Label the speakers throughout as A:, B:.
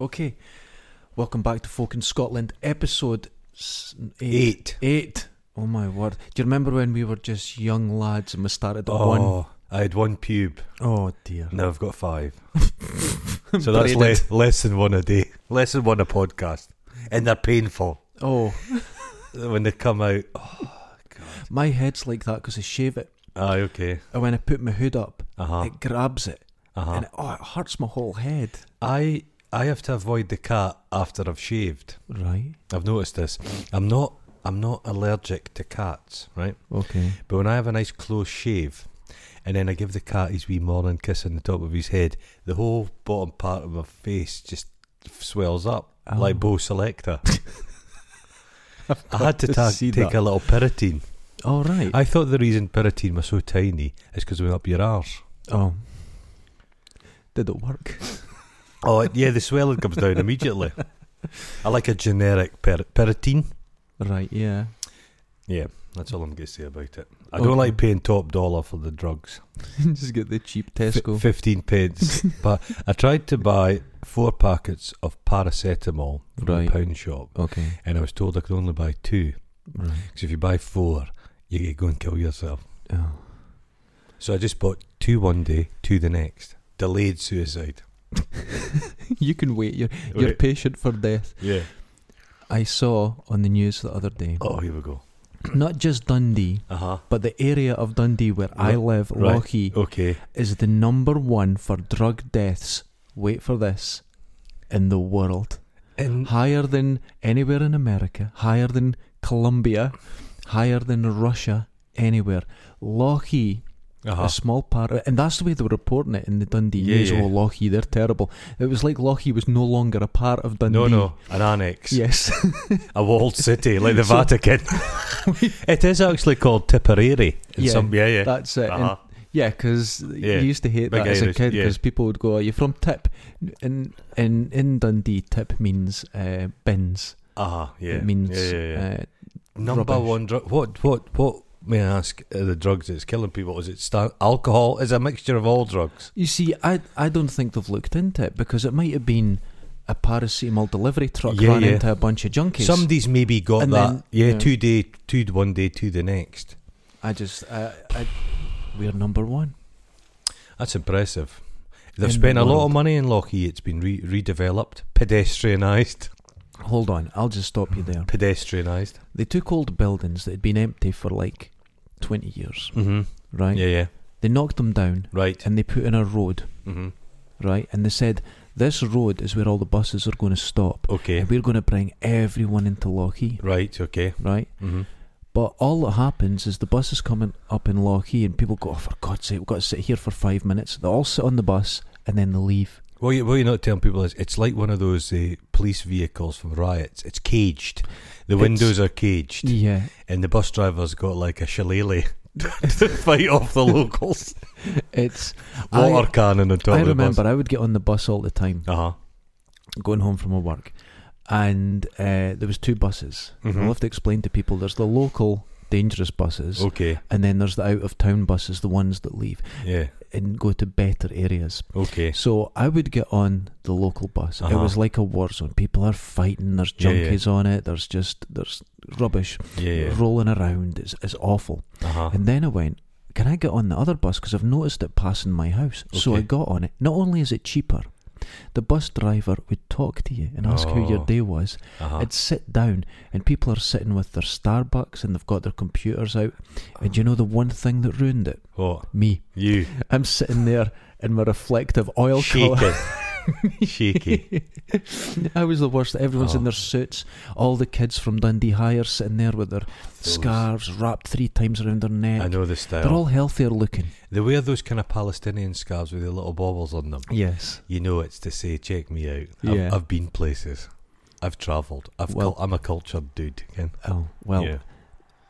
A: Okay. Welcome back to Folk in Scotland, episode s- eight.
B: Eight.
A: Eight. Oh my word. Do you remember when we were just young lads and we started at
B: Oh,
A: one?
B: I had one pube.
A: Oh dear.
B: Now I've got five. so that's
A: Braided.
B: less, less than one a day. Less than one a podcast. And they're painful
A: Oh,
B: when they come out.
A: my head's like that because I shave it.
B: Aye, okay.
A: And when I put my hood up,
B: Uh huh.
A: it grabs it.
B: Uh huh.
A: And it, oh, it hurts my whole head.
B: I I have to avoid the cat after I've shaved.
A: Right.
B: I've noticed this. I'm not I'm not allergic to cats, right?
A: Okay.
B: But when I have a nice close shave, and then I give the cat his wee morning kiss on the top of his head, the whole bottom part of my face just swells up
A: Oh.
B: like Bo Selector. I had to,
A: to
B: ta-
A: see
B: take
A: that.
B: a little pyritine.
A: All right.
B: I thought the reason pyritine was so tiny is because it went up your arse.
A: oh. Did it work?
B: Oh it- yeah, the swelling comes down immediately. I like a generic pyr- pyritine.
A: Right. Yeah.
B: Yeah, that's all I'm going to say about it. I
A: Okay.
B: don't like paying top dollar for the drugs.
A: just get the cheap
B: F-
A: Tesco.
B: 15 pence. but I tried to buy four packets of paracetamol from
A: Right.
B: the pound shop,
A: okay.
B: and I was told I could only buy two.
A: Right.
B: Because if you buy four, you could go and kill yourself.
A: Oh.
B: So I just bought two one day, two the next. Delayed suicide.
A: you can wait. You're you're
B: Wait.
A: patient for death.
B: Yeah.
A: I saw on the news the other day.
B: Oh, here we go.
A: Not just Dundee,
B: Uh huh.
A: but the area of Dundee where I
B: Right.
A: live,
B: Right. Oh.
A: Lochie,
B: Okay.
A: is the number one for drug deaths. Wait for this, in the world,
B: And
A: higher than anywhere in America, higher than Colombia, higher than Russia, anywhere. Lochie
B: uh-huh.
A: a small part, and that's the way they were reporting it in the Dundee
B: Yeah,
A: News.
B: yeah.
A: Oh, Lochie, they're terrible. It was like Lochie was no longer a part of Dundee.
B: no, no, an annex.
A: Yes.
B: A walled city like the
A: So-
B: Vatican. it is actually called Tipperary. In
A: Yeah,
B: some, yeah, yeah.
A: That's it. And-
B: uh-huh.
A: yeah, because
B: Yeah,
A: you used to hate
B: big
A: that as a
B: Irish,
A: kid
B: yeah.
A: because people would go, "Are you from Tip?" In in in Dundee, Tip means uh, bins.
B: Uh-huh. Yeah.
A: it means
B: yeah, yeah, yeah.
A: Uh,
B: Number
A: Rubbish.
B: one drug. What? What? What? May I ask? Are the drugs that's killing people? Is it sta- alcohol? Is it a mixture of all drugs?
A: you see, I I don't think they've looked into it because it might have been a paracetamol delivery truck
B: Yeah,
A: ran
B: yeah.
A: into a bunch of junkies.
B: Somebody's maybe got
A: And
B: that.
A: then-
B: yeah,
A: yeah.
B: two day, two one day, two the next.
A: I just I, I we're number one.
B: That's impressive. They've
A: In
B: spent
A: the
B: a lot
A: world.
B: of money in Lockheed. It's been re- redeveloped, pedestrianised,
A: Hold on, I'll just stop you there.
B: pedestrianised.
A: They took old buildings that had been empty for like 20 years,
B: Mm-hmm.
A: right?
B: Yeah, yeah,
A: They knocked them down
B: right.
A: and they put in a road,
B: Mm-hmm.
A: right? And they said, this road is where all the buses are going to stop.
B: Okay,
A: And we're going to bring everyone into Lochee,
B: right. Okay.
A: right?
B: Mm-hmm.
A: But all that happens is the bus is coming up in Lochee and people go, oh, for God's sake, we've got to sit here for five minutes. They all sit on the bus and then they leave.
B: What you, what you're not telling people is it's like one of those uh, police vehicles from riots. It's caged. The
A: It's-
B: windows are caged.
A: Yeah.
B: and the bus driver's got like a shillelagh to fight off the locals.
A: It's.
B: Water cannon on top
A: I, I
B: of the bus.
A: remember I would get on the bus all the time.
B: Uh huh.
A: going home from my work, and uh, there was two buses.
B: Mhm.
A: I'll have to explain to people: there's the local dangerous buses,
B: Okay.
A: and then there's the out of town buses, the ones that leave
B: Yeah.
A: and go to better areas.
B: Okay.
A: So I would get on the local bus. It
B: Uh-huh.
A: was like a war zone. People are fighting. There's
B: Yeah, yeah.
A: junkies on it. There's just there's rubbish
B: Yeah. Yeah.
A: rolling around. It's it's awful.
B: Uh huh.
A: And then I went. Can I get on the other bus? Because I've noticed it passing my house. So I
B: Okay.
A: got on it. Not only is it cheaper, the bus driver would talk to you and ask how your
B: Oh.
A: day was,
B: Uh huh.
A: I'd sit down, and people are sitting with their Starbucks and they've got their computers out. And
B: Uh-huh.
A: you know the one thing that ruined it?
B: What
A: Me.
B: Oh, you
A: I'm sitting there in my reflective oil colour.
B: shaky? shaky.
A: I was the worst. Everyone's in
B: Oh.
A: their suits. All the kids from Dundee High are sitting there with their
B: Those-
A: scarves wrapped three times around their neck.
B: I know the
A: They're
B: style.
A: all healthier looking.
B: they wear those kind of Palestinian scarves with the little baubles on them.
A: Yes.
B: You know, it's to say, check me out. I've,
A: Yeah.
B: I've been places. I've travelled. I've.
A: Well-
B: cul- I'm a cultured dude. Ken.
A: Oh, well,
B: yeah.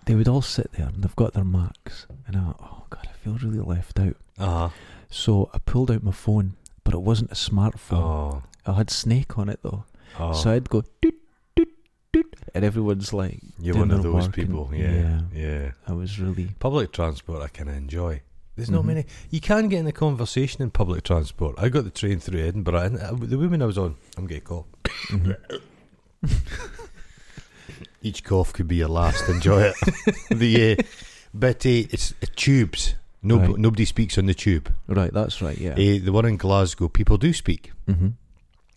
A: they would all sit there and they've got their marks. And I went, oh, God, I feel really left out.
B: Uh huh.
A: So I pulled out my phone, but it wasn't a smartphone.
B: Oh.
A: I had Snake on it though.
B: oh.
A: So I'd go doot, doot, doot, and everyone's like,
B: You're one
A: doing
B: of
A: their
B: those
A: work and-
B: people. yeah. Yeah.
A: I was really.
B: Public transport I can enjoy. There's not
A: Mhm.
B: many. You can get in a conversation in public transport. I got the train through Edinburgh, and uh, the woman I was on, I'm getting a cough.
A: Mhm.
B: Each cough could be your last. Enjoy it. the uh, but uh, it's uh, tubes. No,
A: Right.
B: nobody speaks on the tube.
A: Right, that's right. Yeah.
B: Uh, the one in Glasgow, people do speak.
A: mm-hmm.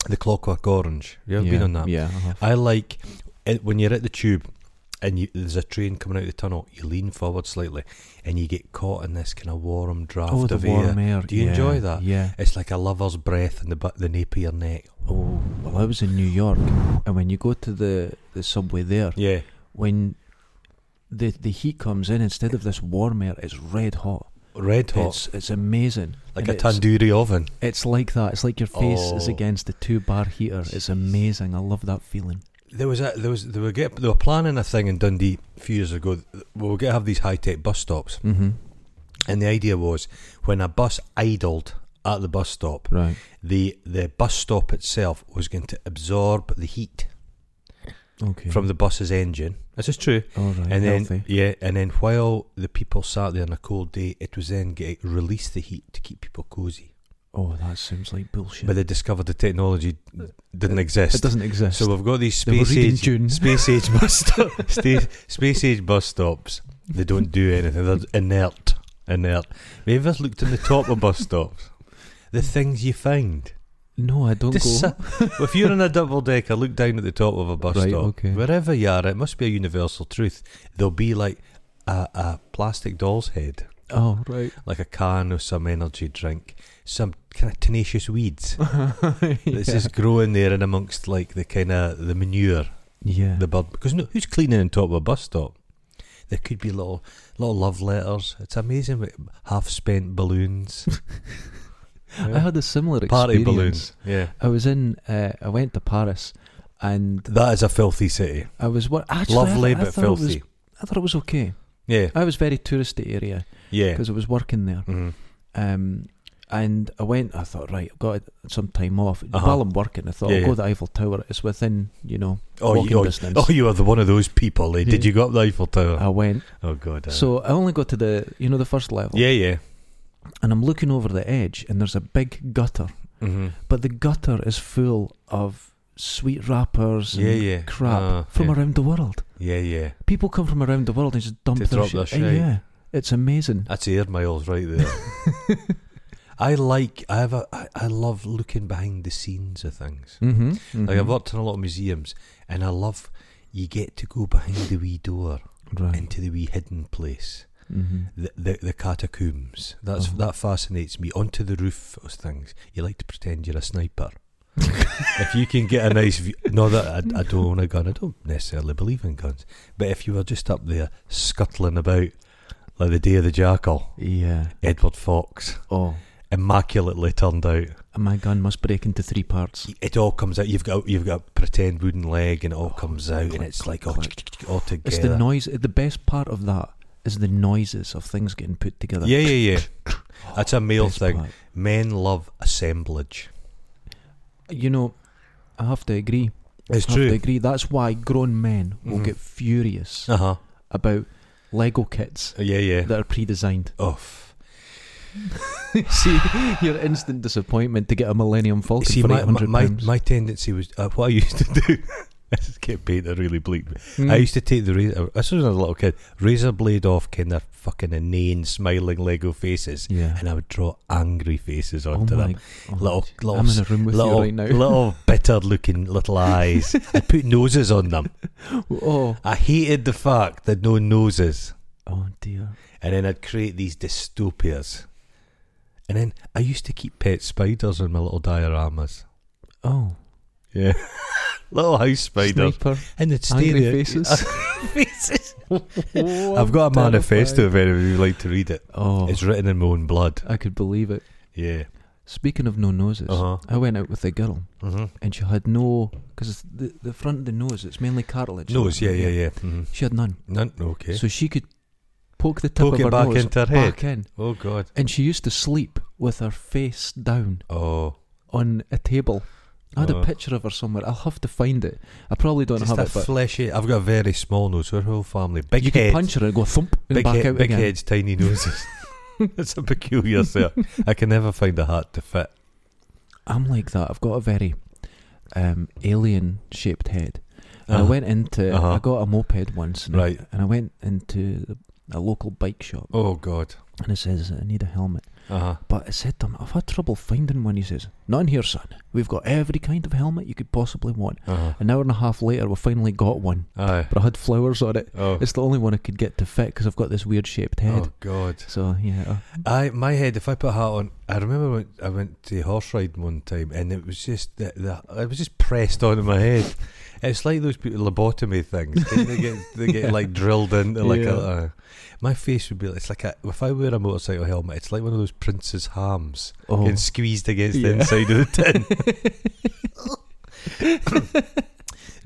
B: The Clockwork Orange. You ever
A: yeah.
B: been on that?
A: Yeah. uh-huh. I have.
B: I like it when you're at the tube and you, there's a train coming out of the tunnel. You lean forward slightly, and you get caught in this kind of warm draft
A: Oh, the
B: of
A: warm
B: air.
A: air.
B: Do you
A: yeah,
B: enjoy that?
A: Yeah.
B: It's like a lover's breath in the bu- the nape of your neck.
A: Oh, well, I was in New York, and when you go to the, the subway there,
B: Yeah.
A: when the the heat comes in, instead of this warm air, it's red hot.
B: Red hot,
A: It's it's amazing.
B: like
A: And
B: a
A: it's,
B: tandoori oven.
A: it's like that. It's like your face is
B: Oh.
A: against the two bar heater. It's amazing. I love that feeling.
B: There was a there was they were get they were planning a thing in Dundee a few years ago. We were going to have these high tech bus stops,
A: Mm-hmm.
B: and the idea was when a bus idled at the bus stop,
A: Right.
B: the the bus stop itself was going to absorb the heat
A: Okay.
B: from the bus's engine. Mm-hmm. This is true.
A: all right.
B: And then
A: healthy.
B: yeah, and then while the people sat there on a cold day, it was then get release the heat to keep people cozy.
A: oh, that sounds like bullshit.
B: But they discovered the technology didn't exist.
A: it doesn't exist.
B: So we've got these
A: They were
B: space
A: reading
B: age,
A: June.
B: space age bus stop, space, space age bus stops. They don't do anything. They're inert, inert. Have you ever looked in the top of bus stops? The things you find.
A: no, I don't
B: Just
A: go.
B: si- if you're in a double decker, look down at the top of a bus
A: Right,
B: stop.
A: okay.
B: Wherever you are, it must be a universal truth. There'll be like a, a plastic doll's head,
A: Oh, right.
B: like a can of some energy drink, some kind of tenacious weeds. It's
A: yeah.
B: just growing there and amongst like the kind of the manure
A: yeah.
B: the bird because no, who's cleaning on top of a bus stop? There could be little little love letters. It's amazing with half spent balloons,
A: I had a similar experience.
B: party balloons. Yeah,
A: I was in. Uh, I went to Paris, and
B: that is a filthy city.
A: I was what actually
B: Lovely
A: I, I
B: but
A: thought it was-
B: filthy.
A: I thought it was okay.
B: yeah,
A: I was very touristy area
B: yeah.
A: because I was working there.
B: Mhm.
A: Um, and I went. I thought, right, I've got some time off
B: Uh-huh.
A: while I'm working. I thought
B: Yeah,
A: I'll
B: yeah.
A: go to the Eiffel Tower. It's within you know
B: Oh,
A: walking
B: you, oh,
A: distance.
B: oh, you are the one of those people. Eh? Did
A: Yeah.
B: you go up the Eiffel Tower?
A: I went.
B: oh God. eh.
A: So I only got to the you know the first level.
B: yeah, yeah.
A: And I'm looking over the edge, and there's a big gutter,
B: Mm-hmm.
A: but the gutter is full of sweet wrappers and
B: Yeah, yeah.
A: crap
B: Ah,
A: from
B: yeah.
A: around the world.
B: Yeah, yeah.
A: People come from around the world and just dump
B: To
A: their
B: drop
A: shit.
B: their
A: Uh,
B: shite.
A: Yeah, it's amazing.
B: That's air miles right there. I like. I have a. I, I love looking behind the scenes of things.
A: Mm-hmm.
B: Like I've worked in a lot of museums, and I love you get to go behind the wee door
A: Right.
B: into the wee hidden place,
A: Mm-hmm.
B: the the, the catacombs. That's
A: Uh-huh.
B: that fascinates me. Onto the roof of things. You like to pretend you're a sniper. if you can get a nice view, no, that I, I don't own a gun. I don't necessarily believe in guns, but if you were just up there scuttling about like the day of the jackal,
A: Yeah.
B: Edward Fox
A: Oh,
B: immaculately turned out.
A: and my gun must break into three parts.
B: it all comes out. You've got you've got a pretend wooden leg, and it all comes out, and
A: click,
B: it's
A: click,
B: like oh, all, all together.
A: It's the noise. The best part of that is the noises of things getting put together.
B: Yeah, yeah, yeah. That's a male
A: Best
B: thing.
A: part.
B: Men love assemblage.
A: You know, I have to agree.
B: It's
A: I have to
B: true.
A: agree. That's why grown men will
B: Mhm.
A: get furious
B: Uh huh.
A: about Lego kits
B: Yeah, yeah.
A: that are pre-designed.
B: Off.
A: See your instant disappointment to get a Millennium Falcon
B: See,
A: for
B: my,
A: eight
B: my,
A: hundred
B: my,
A: pounds.
B: my tendency was uh, what I used to do. this is getting paid a really bleak.
A: Mm.
B: I used to take the razor. This was when I was a little kid. Razor blade off, kind of fucking inane, smiling Lego faces,
A: yeah.
B: and I would draw angry faces
A: Oh
B: onto them.
A: my God.
B: Little, little
A: I'm in a room with
B: little,
A: you right now.
B: little bitter looking little eyes. I put noses on them.
A: oh.
B: I hated the fact that no noses.
A: Oh dear.
B: And then I'd create these dystopias. And then I used to keep pet spiders in my little dioramas.
A: Oh.
B: Yeah. little house spiders.
A: Sniper.
B: And they'd stay
A: Angry
B: there.
A: faces.
B: faces. I've got a manifesto if anybody would like to read it.
A: Oh.
B: It's written in my own blood.
A: I could believe it.
B: Yeah.
A: Speaking of no noses,
B: Uh huh.
A: I went out with a girl
B: Mm-hmm.
A: and she had no because the the front of the nose it's mainly cartilage.
B: Nose, yeah, yeah, yeah. Mm-hmm.
A: She had none,
B: None, okay.
A: so she could poke the tip
B: Poke
A: of
B: it
A: her
B: back
A: nose
B: into her head.
A: back in,
B: Oh, God.
A: and she used to sleep with her face down
B: Oh.
A: on a table. I had
B: Oh.
A: a picture of her somewhere. I'll have to find it. I probably don't
B: Just
A: have
B: that
A: it, but
B: fleshy. I've got a very small nose. Her whole family, big
A: you
B: head,
A: could punch her and go thump and
B: big,
A: back
B: head-
A: out
B: big
A: again.
B: heads, tiny noses. it's a peculiar set. I can never find a hat to fit.
A: I'm like that. I've got a very um, alien shaped head. And I
B: Uh,
A: went into
B: Uh-huh.
A: I got a moped once, and, I-
B: Right.
A: and I went into a local bike shop,
B: Oh God.
A: and it says I need a helmet.
B: Uh huh.
A: But I said to him, I've had trouble finding one. He says, None here, son. We've got every kind of helmet you could possibly want.
B: Uh huh.
A: An hour and a half later, we finally got one,
B: Aye.
A: but I had flowers on it.
B: Oh.
A: It's the only one I could get to fit because I've got this weird shaped head.
B: Oh God.
A: So yeah, oh.
B: I my head. If I put a hat on, I remember when I went to horse riding one time, and it was just the, the it was just pressed onto my head. It's like those people lobotomy things. They get they get
A: Yeah.
B: like drilled into like
A: Yeah.
B: a. uh, my face would be. It's like a, if I wear a motorcycle helmet, it's like one of those prince's hams
A: oh,
B: getting squeezed against
A: Yeah.
B: the inside of the tin.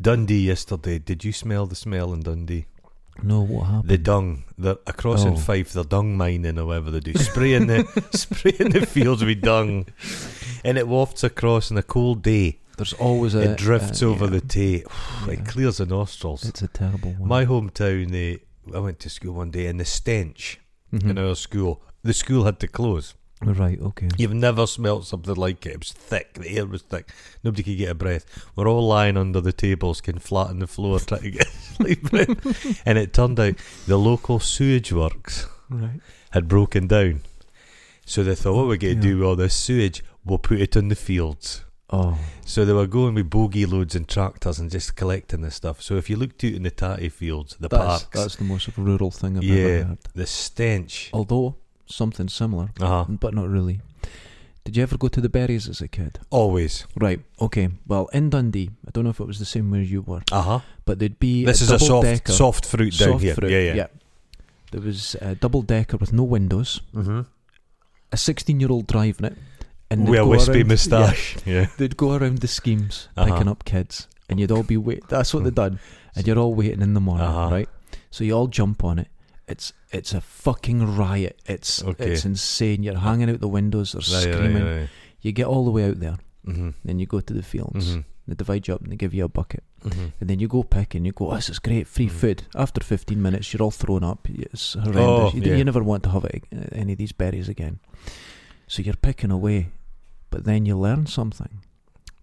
B: Dundee yesterday. Did you smell the smell in Dundee?
A: no, what happened?
B: the dung. They're across
A: Oh.
B: in Fife, they're dung mining or whatever they do. Spraying the spraying the fields with dung. And it wafts across on a cold day.
A: There's always a
B: it drifts
A: a-
B: over
A: uh, yeah,
B: the tay. It
A: yeah.
B: clears the nostrils.
A: It's a terrible one.
B: My hometown, they, I went to school one day and the stench
A: Mhm.
B: in our school, the school had to close.
A: right, okay.
B: You've never smelt something like it. It was thick. The air was thick. Nobody could get a breath. We're all lying under the tables, can flat on the floor, trying to get sleep breath. And it turned out the local sewage works
A: Right.
B: had broken down. So they thought, what we're going to
A: Yeah.
B: do with all this sewage, we'll put it on the fields.
A: Oh,
B: So they were going with bogey loads and tractors and just collecting this stuff. So if you looked out in the tatty fields, the
A: that's,
B: parks,
A: that's Oh. the most rural thing I've
B: Yeah.
A: ever heard.
B: the stench.
A: Although something similar,
B: Uh huh.
A: but not really. Did you ever go to the berries as a kid?
B: Always.
A: Right. Okay. Well, in Dundee, I don't know if it was the same where you were,
B: Uh huh.
A: but there'd be
B: This
A: a
B: is a soft,
A: double-decker-
B: soft fruit down
A: soft
B: here.
A: fruit,
B: Yeah, yeah.
A: There was a double decker with no windows,
B: Mm-hmm.
A: a sixteen-year-old driving it, and they'd
B: With a
A: go
B: wispy
A: around- yeah,
B: moustache. Yeah.
A: they'd go around the schemes
B: Uh-huh. Hmm.
A: picking up kids, and you'd all be wait. That's what they done, and you're all waiting in the morning,
B: Uh-huh.
A: right? So you all jump on it. It's it's a fucking riot. It's
B: Okay.
A: it's insane. You're hanging out the windows. They're
B: Right,
A: screaming.
B: Right, right,
A: You get all the way out there,
B: hmm
A: then you go to the fields.
B: hmm
A: They divide you up and they give you a bucket,
B: hmm
A: and then you go pick and you go. "Oh, This is great, free
B: Mhm.
A: food. After 15 minutes, you're all thrown up. It's horrendous.
B: Oh,
A: you, d-
B: yeah.
A: you never want to have it, uh, any of these berries again. So you're picking away, but then you learn something.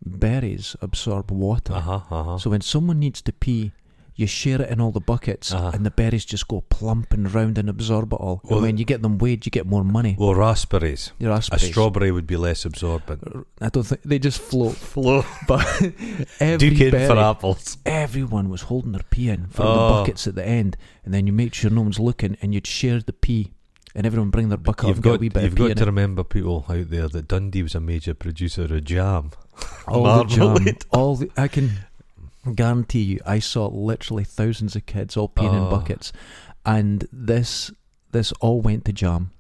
A: Berries absorb water.
B: Uh huh. Uh huh.
A: So when someone needs to pee, you share it in all the buckets,
B: Uh-huh.
A: and the berries just go plumping round and absorb it all.
B: Well,
A: and when you get them weighed, you get more money.
B: Well, raspberries.
A: Your
B: A strawberry would be less absorbent.
A: I don't think they just float.
B: Flow.
A: But every
B: Duke in for
A: berry,
B: apples.
A: everyone was holding their pee in from
B: Oh.
A: the buckets at the end, and then you make sure no one's looking, and you'd share the pee, and everyone bring their bucket up
B: You've
A: and
B: got,
A: get a wee bit
B: you've
A: of pee
B: got
A: in
B: to
A: it.
B: remember, people out there, that Dundee was a major producer of jam.
A: All the jam,
B: Marmalade.
A: all the, I can guarantee you, I saw literally thousands of kids all peeing in
B: Oh.
A: buckets, and this this all went to jam.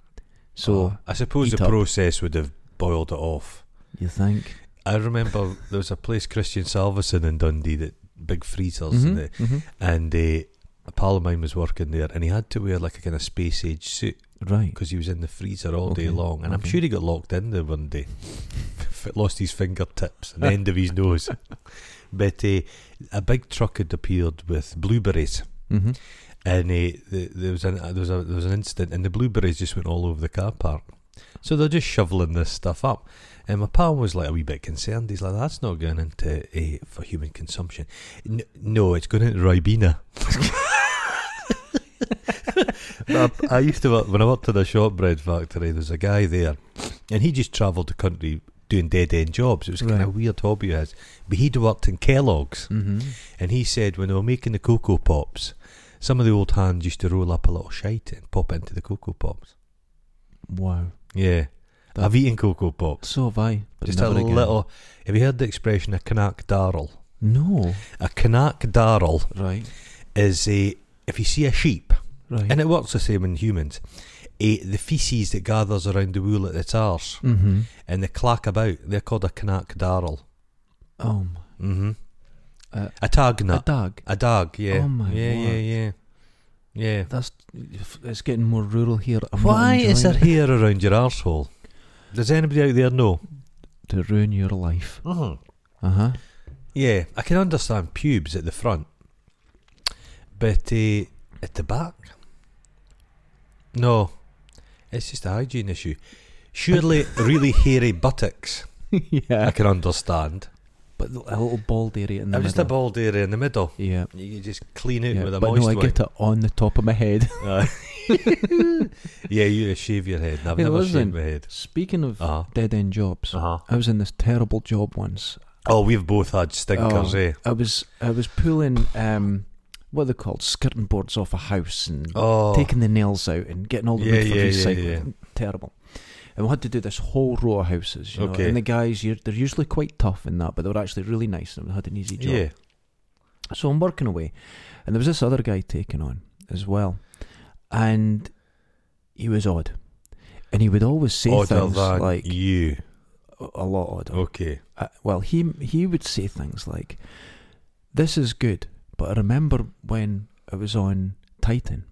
A: So
B: Oh, I suppose
A: heat
B: the
A: up.
B: process would have boiled it off.
A: you think?
B: I remember there was a place, Christian Salveson in Dundee, that big freezers,
A: Mhm,
B: and, they-
A: mhm.
B: and they, a pal of mine was working there, and he had to wear like a kind of space age suit
A: Right.
B: because he was in the freezer all day
A: Okay,
B: long. And
A: okay.
B: I'm sure he got locked in there one day, lost his fingertips and the end of his nose. But uh, a big truck had appeared with blueberries.
A: hmm
B: and uh, the, there was an uh, there was a there was an incident, and the blueberries just went all over the car park. So they're just shoveling this stuff up, and my pal was like a wee bit concerned. He's like, "That's not going into uh, for human consumption. N- no, it's going into Ribena." I, I used to work, when I worked at a shortbread factory. There's a guy there, and he just travelled the country doing dead end jobs. It was kind
A: Right.
B: of weird hobby of his, but he'd worked in Kellogg's.
A: hmm
B: And he said when they were making the Cocoa Pops, some of the old hands used to roll up a little shite and pop it into the Cocoa Pops.
A: Wow.
B: Yeah.
A: That-
B: I've eaten Cocoa Pops.
A: So have I. But
B: Just a
A: never again.
B: little. Have you heard the expression a Canuck darrel?
A: No.
B: A Canuck darrel
A: Right.
B: is a. If you see a sheep,
A: Right.
B: and it works the same in humans, eh, the feces that gathers around the wool at its arse
A: mm-hmm.
B: and they clack about, they're called a Canuck darrel.
A: Oh, my.
B: Mm-hmm.
A: Uh,
B: a tag
A: a
B: nut.
A: dog.
B: A dag, yeah.
A: Oh my
B: yeah, yeah,
A: word.
B: yeah. Yeah.
A: That's. It's getting more rural here. I'm not
B: Why is there
A: enjoying it.
B: hair around your arsehole? Does anybody out there know?
A: to ruin your life?
B: Mm-hmm.
A: Uh huh.
B: Yeah, I can understand pubes at the front, eh, but uh, at the back? No. It's just a hygiene issue. Surely, really hairy buttocks, I
A: yeah.
B: can understand.
A: But a little bald area in the
B: I'm just a
A: middle.
B: bald area in the middle.
A: Yeah.
B: You can just clean out
A: yeah.
B: with a
A: but
B: moist
A: no, I
B: one.
A: get it on the top of my head.
B: Aye. yeah, you shave your head. and I've
A: Hey,
B: never
A: listen.
B: shaved my head.
A: Speaking of
B: Uh-huh.
A: dead end jobs,
B: Uh-huh.
A: I was in this terrible job once.
B: Oh, we've both had stinkers,
A: Oh,
B: eh?
A: I was I was pulling um, what are they called skirting boards off a house and
B: Oh,
A: taking the nails out and getting all the
B: Yeah,
A: wood for
B: yeah, yeah,
A: recycling.
B: yeah.
A: Terrible. And we had to do this whole row of houses, you know.
B: Okay.
A: And the guys, you're, they're usually quite tough in that, but they were actually really nice and had an easy job.
B: yeah.
A: So I'm working away, and there was this other guy taking on as well, and he was odd, and he would always say
B: Odder
A: things
B: than
A: like
B: you.
A: a- a lot odder.
B: Okay.
A: Uh, well, he he would say things like, "This is good," but I remember when I was on Titan,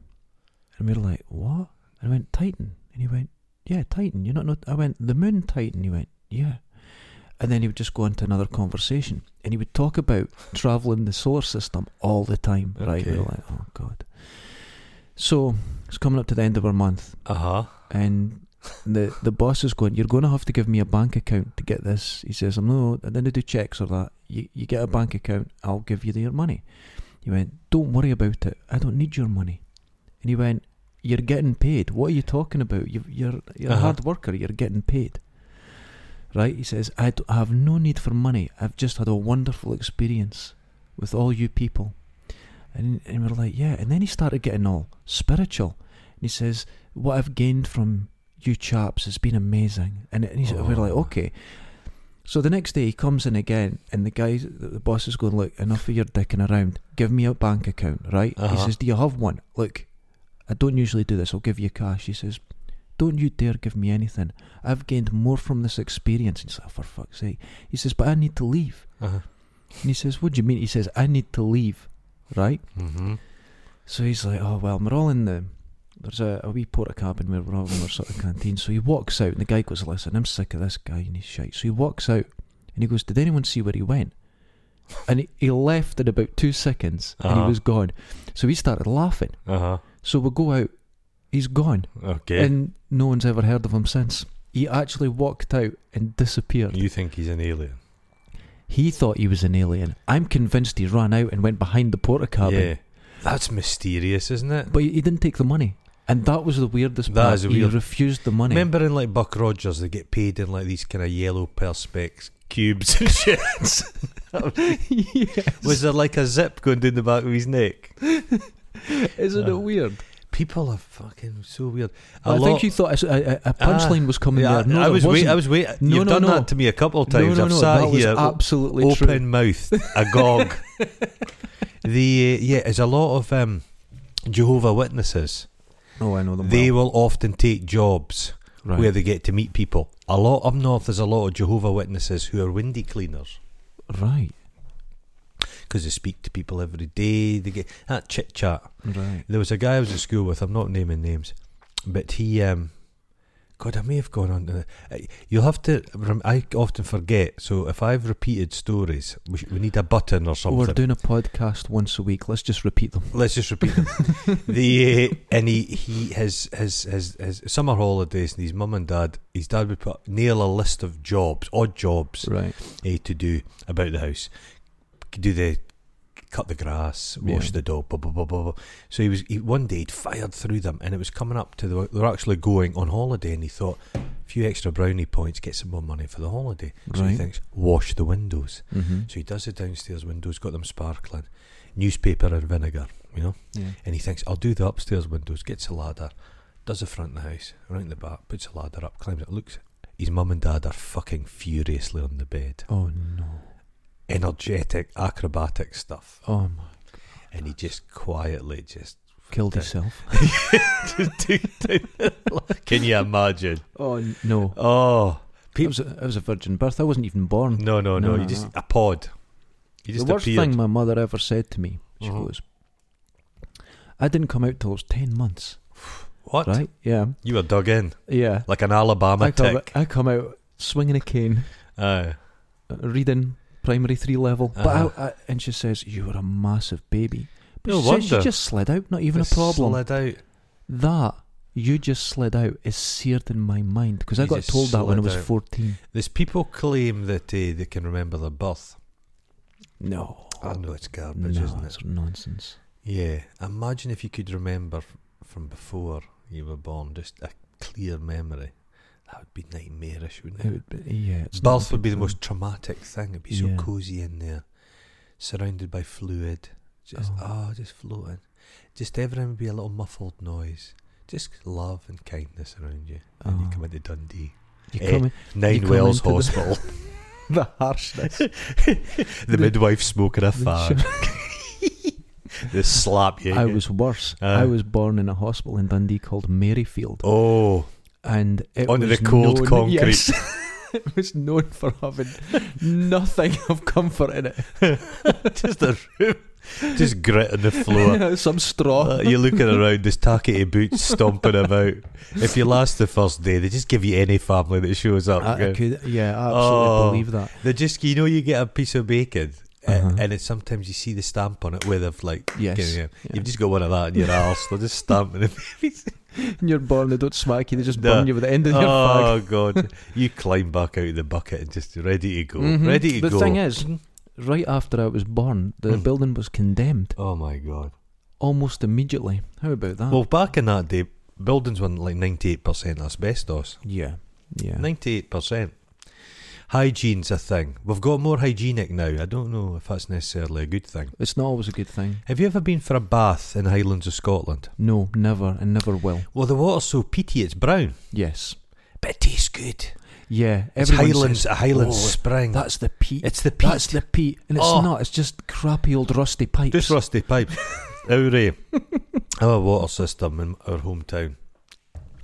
A: and we were like, "What?" And I went Titan, and he went, "Yeah, Titan." You're not. Not. I went the moon Titan. He went, "Yeah." And then he would just go on to another conversation, and he would talk about traveling the solar system all the time. Right? We
B: Okay.
A: were like, "Oh God." So it's coming up to the end of our month,
B: Uh huh.
A: and the the boss is going, you're going to have to give me a bank account to get this. He says, I'm no, I didn't do checks or that. You you get a bank account, I'll give you the- your money. He went, don't worry about it. I don't need your money. And he went, you're getting paid. What are you talking about? You've, you're you're a
B: Uh-huh.
A: hard worker. You're getting paid. Right? He says, I, d- I have no need for money. I've just had a wonderful experience with all you people. And, and we're like, yeah. And then he started getting all spiritual. And he says, what I've gained from you chaps has been amazing. And, and he's, we're like,
B: Oh.
A: okay. So the next day he comes in again, and the guy, the the boss is going, look, enough of your dicking around. Give me a bank account, right? He
B: Uh-huh.
A: says, do you have one? Look, I don't usually do this. I'll give you cash. He says, don't you dare give me anything. I've gained more from this experience. He's like, "Oh, for fuck's sake. He says, but I need to leave.
B: Uh-huh.
A: And he says, what do you mean? He says, I need to leave, right?
B: Mm-hmm.
A: So he's like, oh, well, we're all in the. There's a, a wee porta cabin where we're all in our sort of canteen. So he walks out, and the guy goes, listen, I'm sick of this guy, and he's shite. So he walks out, and he goes, did anyone see where he went? And he, he left in about two seconds, and he
B: Uh-huh.
A: was gone. So he started laughing.
B: Uh huh.
A: So we go out, he's gone,
B: Okay.
A: and no one's ever heard of him since. He actually walked out and disappeared.
B: you think he's an alien?
A: He thought he was an alien. I'm convinced he ran out and went behind the porta cabin.
B: Yeah. That's mysterious, isn't it?
A: But he he didn't take the money. And that was the weirdest
B: That
A: part.
B: is
A: He
B: weird.
A: refused the money.
B: Remember in like Buck Rogers, they get paid in like these kind of yellow perspex cubes and shit.
A: yes.
B: Was there like a zip going down the back of his neck?
A: Isn't
B: Uh,
A: it weird?
B: People are fucking so weird. A
A: I
B: lot- Ah.
A: think you thought a, a, a punchline was coming
B: Yeah,
A: there. No,
B: I,
A: there
B: was wait,
A: wasn't.
B: I was waiting.
A: No,
B: You've
A: no,
B: done
A: no.
B: that to me a couple of
A: no,
B: times.
A: no,
B: I've
A: no,
B: sat
A: that
B: here
A: was absolutely
B: open
A: true.
B: mouthed, agog. the uh, yeah, there's a lot of um, Jehovah Witnesses.
A: Oh, I know them
B: They
A: well.
B: will often take jobs
A: Right.
B: where they get to meet people. A lot up north, there's a lot of Jehovah Witnesses who are windy cleaners
A: right,
B: because they speak to people every day. They get that chit chat.
A: right.
B: There was a guy I was at school with. I'm not naming names, but he, um, God, I may have gone on. To the, uh, you'll have to. rem- I often forget. So if I've repeated stories, we, sh- we need a button or something.
A: We're doing a podcast once a week. Let's just repeat them.
B: Let's just repeat them. the uh, and he he his, his his his summer holidays and his mum and dad. His dad would put nail a list of jobs, odd jobs,
A: Right.
B: eh, to do about the house. Do the cut the grass, wash
A: Yeah.
B: the dog, blah blah blah blah. blah. So he was he, one day he'd fired through them, and it was coming up to the they were actually going on holiday, and he thought a few extra brownie points, get some more money for the holiday. So he
A: Right.
B: thinks wash the windows.
A: Mm-hmm.
B: So he does the downstairs windows, got them sparkling, newspaper and vinegar, you know.
A: Yeah.
B: And he thinks, I'll do the upstairs windows, gets a ladder, does the front of the house, around the back, puts a ladder up, climbs it, looks. His mum and dad are fucking furiously on the bed.
A: Oh no.
B: Energetic, acrobatic stuff.
A: Oh my.
B: And he just quietly just.
A: Killed
B: Okay.
A: himself.
B: just took down the la- Can you imagine?
A: Oh no.
B: Oh,
A: I was, a, I was a virgin birth. I wasn't even born.
B: no, no, no.
A: No,
B: you
A: no,
B: just.
A: no.
B: A pod. You just
A: the worst
B: appeared.
A: thing my mother ever said to me, she
B: Mhm.
A: goes, I didn't come out till I was 10 months,
B: What?
A: right? Yeah.
B: You were dug in.
A: Yeah.
B: Like an Alabama
A: I come,
B: tick.
A: I come out swinging a cane,
B: Aye.
A: uh, reading primary three level. But
B: Uh-huh.
A: I, I, and she says, You were a massive baby. But
B: No
A: she, says she
B: wonder.
A: just slid out, not even
B: Just
A: a problem.
B: Slid out.
A: That you just slid out is seared in my mind because I
B: You
A: got
B: just
A: told that when I
B: slid
A: was
B: out.
A: 14.
B: There's people claim that uh, they can remember their birth.
A: No.
B: I know it's
A: Oh, no,
B: garbage, isn't it?
A: that's nonsense.
B: Yeah. Imagine if you could remember f- from before you were born, just a clear memory. That would be nightmarish, wouldn't
A: It
B: it?
A: would be, yeah, it's not a
B: Birth would
A: good
B: be the
A: thing.
B: most traumatic thing. It'd be so
A: Yeah.
B: cozy in there, surrounded by fluid. Just
A: Oh.
B: oh. just floating. Just everything would be a little muffled noise. Just love and kindness around you. And you
A: Oh.
B: come into Dundee,
A: You
B: eh,
A: come in-
B: Nine
A: come
B: Wells
A: into the-
B: Hospital. The, harshness. the,
A: The-
B: midwife smoking a
A: the
B: fag. they slap you.
A: I was worse.
B: Aye.
A: I was born in a hospital in Dundee called Maryfield,
B: Uh, Oh,
A: and it
B: under
A: was
B: the cold
A: known-
B: concrete.
A: yes, it was known for having nothing of comfort in it.
B: just a room. Just grit on the floor.
A: Some straw.
B: Uh, you're looking around, there's tackety boots stomping about. If you last the first day, they just give you any family that shows up.
A: I, I
B: okay?
A: could, yeah, I absolutely
B: Oh.
A: believe that.
B: They just, you know, you get a piece of bacon, a-
A: Uh-huh.
B: and it's sometimes you see the stamp on it where they've like,
A: Yes,
B: given you-
A: yeah.
B: you've just got one of that in your arse. They're just stamping it.
A: You're born, they don't smack you, they just
B: No.
A: burn you with the end of your fag.
B: Oh god, you climb back out of the bucket and just ready to go,
A: Mhm.
B: ready to
A: The
B: go.
A: thing is- Right after I was born, the
B: Mm.
A: building was condemned
B: oh my god.
A: almost immediately. How about that?
B: Well, back in that day, buildings were like ninety-eight percent asbestos.
A: yeah, yeah.
B: Ninety-eight percent. Hygiene's a thing. We've got more hygienic now. I don't know if that's necessarily a good thing.
A: It's not always a good thing.
B: Have you ever been for a bath in the Highlands of Scotland?
A: No, never, and never will.
B: Well, the water's so peaty it's brown,
A: Yes.
B: but it tastes good.
A: Yeah.
B: It's
A: everyone
B: Highlands,
A: says,
B: a Highlands
A: "Oh,
B: spring.
A: That's the peat.
B: it's the peat.
A: That's the peat. And it's
B: Oh.
A: not. It's just crappy old rusty pipes.
B: Just rusty pipes. our, uh, our water system in our hometown,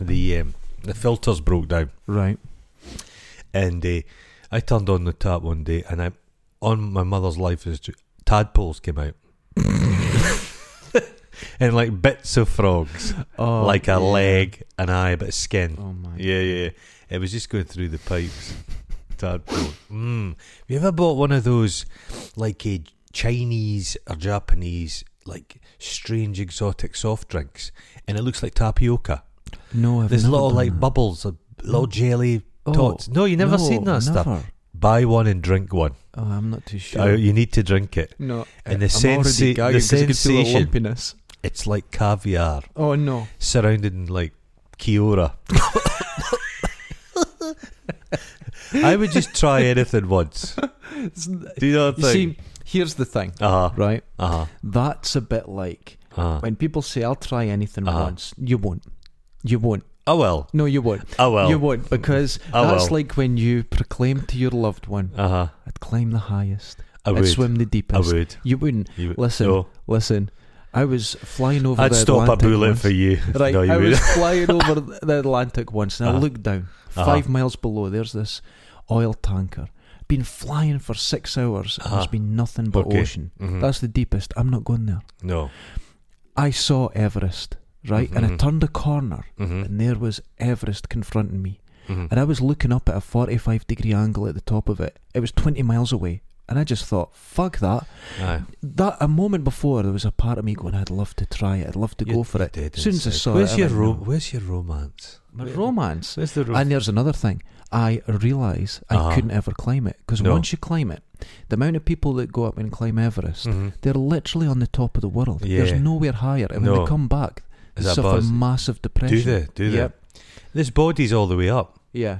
B: the um, the filters broke down,
A: right.
B: and uh, I turned on the tap one day, and I on my mother's life is ju- tadpoles came out, and like bits of frogs,
A: Oh,
B: like a
A: yeah.
B: leg, an eye, a bit of skin.
A: Oh my.
B: Yeah, yeah. yeah. It was just going through the pipes. Tadpole. Mm. Have you ever bought one of those, like a Chinese or Japanese, like strange exotic soft drinks, and it looks like tapioca?
A: No, I've
B: There's
A: never
B: little
A: done
B: like
A: that.
B: bubbles, a little jelly
A: Oh,
B: tots. No, you
A: no,
B: never seen that stuff.
A: never.
B: Buy one and drink one.
A: Oh, I'm not too sure.
B: Uh, you need to drink it.
A: no. uh,
B: and the
A: I'm already
B: sensa-
A: gagging
B: the
A: 'cause I can feel
B: sensation.
A: the lumpiness.
B: It's like caviar,
A: Oh no.
B: surrounded in like Kiora. I would just try anything once.
A: It's-
B: Do you know what
A: you
B: I
A: see,
B: think?
A: here's the thing,
B: Uh huh.
A: right?
B: Uh
A: That's a bit like
B: huh.
A: when people say, "I'll try anything
B: Uh-huh.
A: once." You won't. You won't.
B: Oh well.
A: No, you won't.
B: Oh well. Oh,
A: you won't because
B: I
A: that's
B: will.
A: like when you proclaim to your loved one,
B: Uh huh.
A: "I'd climb the highest,
B: I
A: I'd
B: would.
A: swim the
B: I
A: deepest."
B: would.
A: You wouldn't.
B: You would.
A: Listen,
B: No,
A: listen. I was flying over.
B: I'd
A: the
B: stop a
A: Atlantic
B: bullet
A: once.
B: for you.
A: Right,
B: No, you
A: I
B: would.
A: was flying over the Atlantic once, and I
B: Uh-huh.
A: looked down 5 miles below. There's this oil tanker. Been flying for six hours. and There's
B: Uh-huh.
A: been nothing but
B: Okay.
A: ocean.
B: Mhm.
A: That's the deepest. I'm not going there.
B: no.
A: I saw Everest, right, and I
B: Mhm.
A: turned a corner,
B: Mm-hmm.
A: and there was Everest confronting me.
B: Mm-hmm.
A: And I was looking up at a 45 degree angle at the top of it. It was 20 miles away. And I just thought, fuck that.
B: Aye.
A: That a moment before, there was a part of me going, "I'd love to try it. I'd love to go
B: You're
A: for it."
B: dead
A: As soon as I
B: inside.
A: saw
B: where's
A: it,
B: your
A: I went,
B: ro-
A: "No."
B: where's your romance?
A: My romance.
B: Where's the romance?
A: And there's another thing. I realise I
B: Uh-huh.
A: couldn't ever climb it because
B: No.
A: once you climb it, the amount of people that go up and climb Everest,
B: Mhm.
A: they're literally on the top of the world.
B: Yeah.
A: There's nowhere higher, and when
B: No.
A: they come back, they
B: Is that
A: suffer
B: buzz?
A: massive depression.
B: Do they? Do they?
A: Yep.
B: This body's all the way up.
A: Yeah.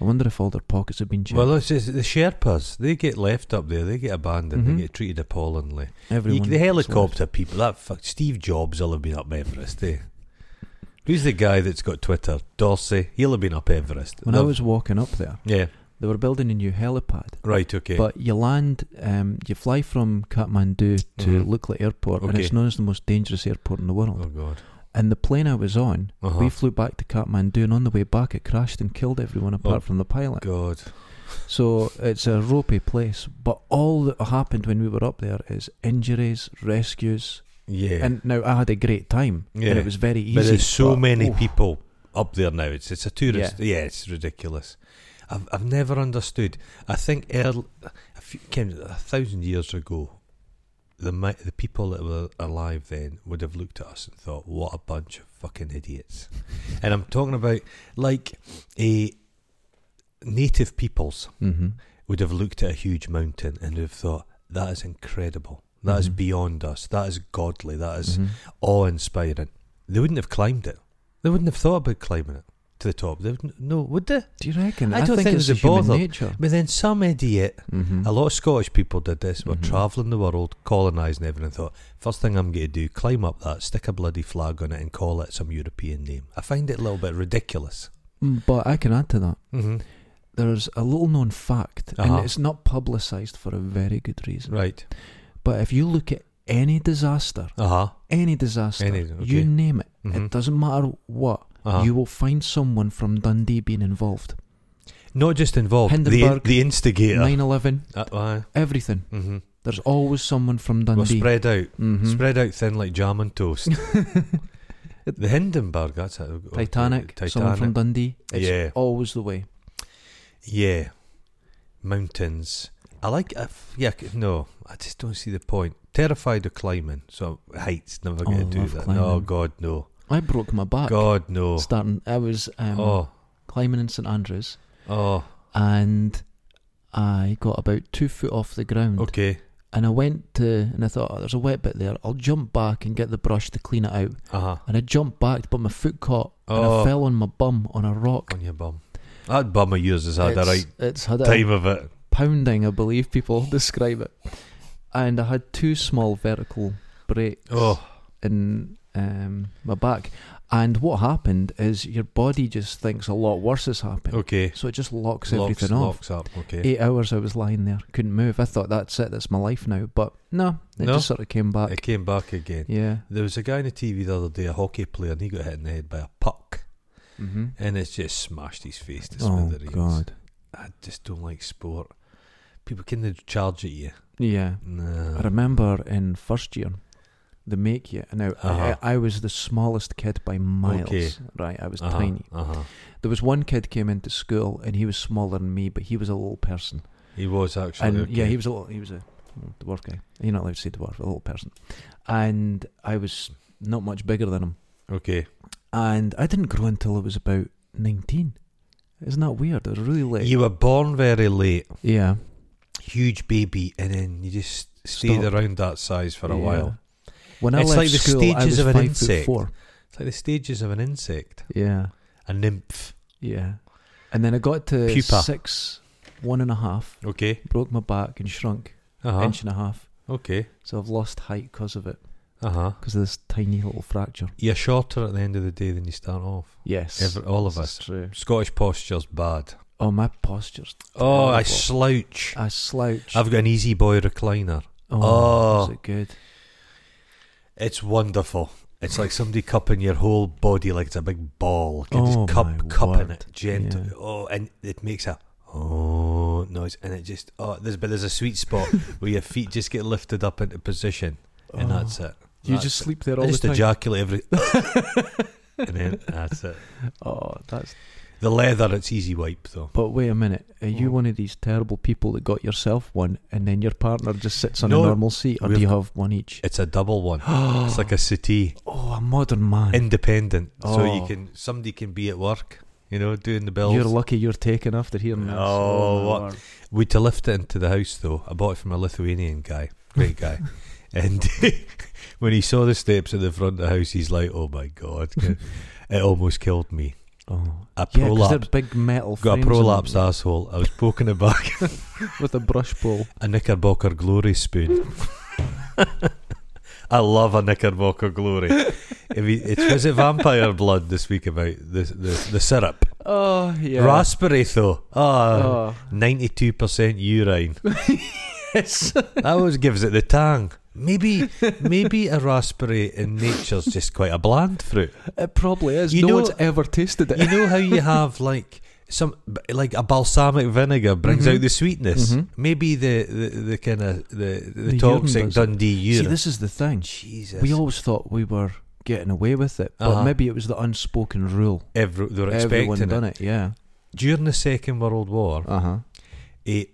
A: I wonder if all their pockets have been checked.
B: Well, this is the Sherpas. They get left up there. They get abandoned.
A: Mhm.
B: They get treated appallingly. You-
A: Everyone
B: the
A: that's
B: helicopter people. That fuck, Steve Jobs will have been up Everest. Eh? Who's the guy that's got Twitter? Dorsey. He'll have been up Everest.
A: left. When I
B: They've-
A: was walking up there,
B: yeah.
A: they were building a new helipad.
B: Right. Okay.
A: But you land, um, you fly from Kathmandu to
B: Mhm.
A: Lukla Airport, and
B: Okay.
A: it's known as the most dangerous airport in the world.
B: oh God.
A: And the plane I was on,
B: Uh-huh.
A: we flew back to Kathmandu, and on the way back, it crashed and killed everyone apart
B: Oh,
A: from the pilot.
B: God.
A: So it's a ropey place. But all that happened when we were up there is injuries, rescues,
B: Yeah.
A: and now I had a great time,
B: Yeah.
A: and it was very easy.
B: but there's so
A: but- oh,
B: many
A: oof.
B: people up there now. It's it's a tourist. Yeah. it's ridiculous. I've I've never understood. I think earl, a, few, came a thousand years ago, the mi- the people that were alive then would have looked at us and thought, "What a bunch of fucking idiots!" and I'm talking about like a native peoples
A: Mm-hmm.
B: would have looked at a huge mountain and would have thought, "That is incredible. That is
A: Mhm.
B: beyond us. That is godly. That
A: Mm-hmm.
B: is awe inspiring." They wouldn't have climbed it. They wouldn't have thought about climbing it to the top. They wouldn't, no, would they?
A: Do you reckon?
B: I don't think
A: it's
B: there's a
A: the human
B: bother.
A: nature.
B: But then some idiot
A: Mm-hmm.
B: a lot of Scottish people did this. Were
A: Mhm.
B: travelling the world, colonising everything. Thought first thing I'm going to do, climb up that, stick a bloody flag on it, and call it some European name. I find it a little bit ridiculous.
A: Mm, But I can add to that.
B: Mm-hmm.
A: There's a little known fact,
B: Uh-huh.
A: and it's not publicised for a very good reason.
B: Right.
A: But if you look at any disaster,
B: Uh huh.
A: any disaster,
B: Any, okay.
A: you name it,
B: Mhm.
A: it doesn't matter what,
B: Uh-huh.
A: you will find someone from Dundee being involved.
B: Not just involved. The,
A: Hindenburg,
B: the instigator.
A: 9 11,
B: Uh, aye.
A: everything.
B: Mhm.
A: There's always someone from
B: Well,
A: Dundee.
B: spread out,
A: Mhm.
B: spread out thin like jam and toast. the Hindenburg. That's it. Oh,
A: Titanic, someone
B: Titanic.
A: from Dundee. It's
B: Yeah.
A: always the way.
B: Yeah, mountains. I like. I f- yeah, c- no, I just don't see the point. Terrified of climbing, so heights. Never
A: Oh,
B: going to do
A: love
B: that. No,
A: climbing.
B: God, no,
A: I broke my back.
B: God, no.
A: Starting, I was um,
B: oh,
A: climbing in St Andrews,
B: oh,
A: and I got about two foot off the ground,
B: okay.
A: and I went to, and I thought, oh, there's a wet bit there. I'll jump back and get the brush to clean it out.
B: Uh huh.
A: And I jumped back, but my foot caught, and
B: Oh.
A: I fell on my bum on a rock.
B: On your bum. Oh, That bum of yours has had the
A: it's,
B: right
A: it's had a
B: time of it.
A: pounding, I believe people describe it. And I had two small vertical breaks
B: Oh,
A: in um, my back. And what happened is your body just thinks a lot worse has happened.
B: okay.
A: So it just locks,
B: Locks,
A: everything off.
B: locks up. Okay.
A: Eight hours I was lying there, couldn't move. I thought that's it, that's my life now. But no, it
B: No?
A: just sort of came back.
B: It came back again.
A: yeah.
B: There was a guy on the TV the other day, a hockey player, and he got hit in the head by a puck,
A: Mm-hmm.
B: and it's just smashed his face to
A: Oh
B: smithereens.
A: God.
B: I just don't like sport. People can they charge at you?
A: Yeah. I
B: No.
A: remember in first year, they make you. Now,
B: Uh-huh.
A: I, I was the smallest kid by miles.
B: Okay.
A: Right, I was
B: Uh-huh,
A: tiny.
B: Uh-huh.
A: There was one kid came into school and he was smaller than me, but he was a little person.
B: He was actually.
A: And
B: okay.
A: yeah, he was a little, he was a dwarf guy. You're not allowed to say dwarf, a little person. And I was not much bigger than him.
B: okay.
A: And I didn't grow until I was about 19. Isn't that weird? It was really late.
B: You were born very late,
A: yeah.
B: huge baby, and then you just stayed
A: Stop.
B: around that size for a
A: Yeah.
B: while.
A: When I
B: It's
A: left
B: like the
A: school, I
B: stages
A: was
B: of an
A: five foot
B: insect.
A: four.
B: It's like the stages of an insect,
A: Yeah.
B: a nymph.
A: Yeah. And then I got to
B: Pupa.
A: six, one and a half,
B: Okay.
A: broke my back and shrunk
B: Uh huh.
A: inch and a half.
B: Okay.
A: So I've lost height because of it,
B: Uh huh.
A: because of this tiny little fracture.
B: You're shorter at the end of the day than you start off.
A: Yes.
B: Every, all of
A: This is
B: us.
A: True.
B: Scottish posture's bad.
A: Oh, my posture's.
B: Oh, I
A: terrible.
B: slouch.
A: I slouch.
B: I've got an easy boy recliner.
A: oh,
B: Oh.
A: is it good?
B: It's wonderful. It's like somebody cupping your whole body like it's a big ball. You can
A: Oh,
B: just
A: my
B: cup cupping
A: word.
B: it gently.
A: Yeah.
B: Oh, and it makes a oh noise, and it just oh there's but there's a sweet spot where your feet just get lifted up into position, and
A: Oh.
B: that's it.
A: Do you
B: That's
A: just
B: it.
A: sleep there
B: I
A: all
B: just
A: the time?
B: ejaculate every, and then that's it.
A: oh, that's.
B: The leather, it's easy wipe though.
A: But wait a minute. Are you
B: Oh.
A: one of these terrible people that got yourself one and then your partner just sits on
B: No,
A: a normal seat, or
B: we've
A: do you
B: got-
A: have one each?
B: It's a double one. It's like a settee,
A: oh, a modern man.
B: independent, so you
A: Oh.
B: can somebody can be at work, you know, doing the bills.
A: You're lucky you're taken after hearing this.
B: Oh,
A: my
B: what-
A: word.
B: We to lift it into the house though. I bought it from a Lithuanian guy, great guy, and when he saw the steps at the front of the house, he's like, "Oh my god, it almost killed me."
A: Oh.
B: I
A: Yeah, 'cause they're
B: prolapsed,
A: big metal
B: got a
A: frames on
B: prolapsed
A: them
B: asshole. I was poking it back
A: with a brush pole.
B: a Knickerbocker glory spoon. I love a Knickerbocker glory. If he, it's was it vampire blood this week about the the, the syrup
A: Oh yeah.
B: raspberry though. Ah,
A: Oh.
B: ninety two percent urine.
A: Yes.
B: That always gives it the tang. Maybe, maybe a raspberry in nature's just quite a bland fruit.
A: it probably is.
B: You
A: no
B: know-
A: one's ever tasted
B: You
A: it.
B: know how you have like some, like a balsamic vinegar brings
A: Mhm.
B: out the sweetness.
A: Mhm.
B: Maybe the the, the kind of the, the,
A: The urine
B: toxic
A: does it.
B: Dundee
A: See,
B: urine.
A: this is the thing.
B: Jesus,
A: We always thought we were getting away with it, but
B: Uh-huh.
A: maybe it was the unspoken rule.
B: Every, they were
A: Everyone
B: expecting
A: done
B: it.
A: it. Yeah.
B: Uh-huh. during the Second World War.
A: Uh huh.
B: It,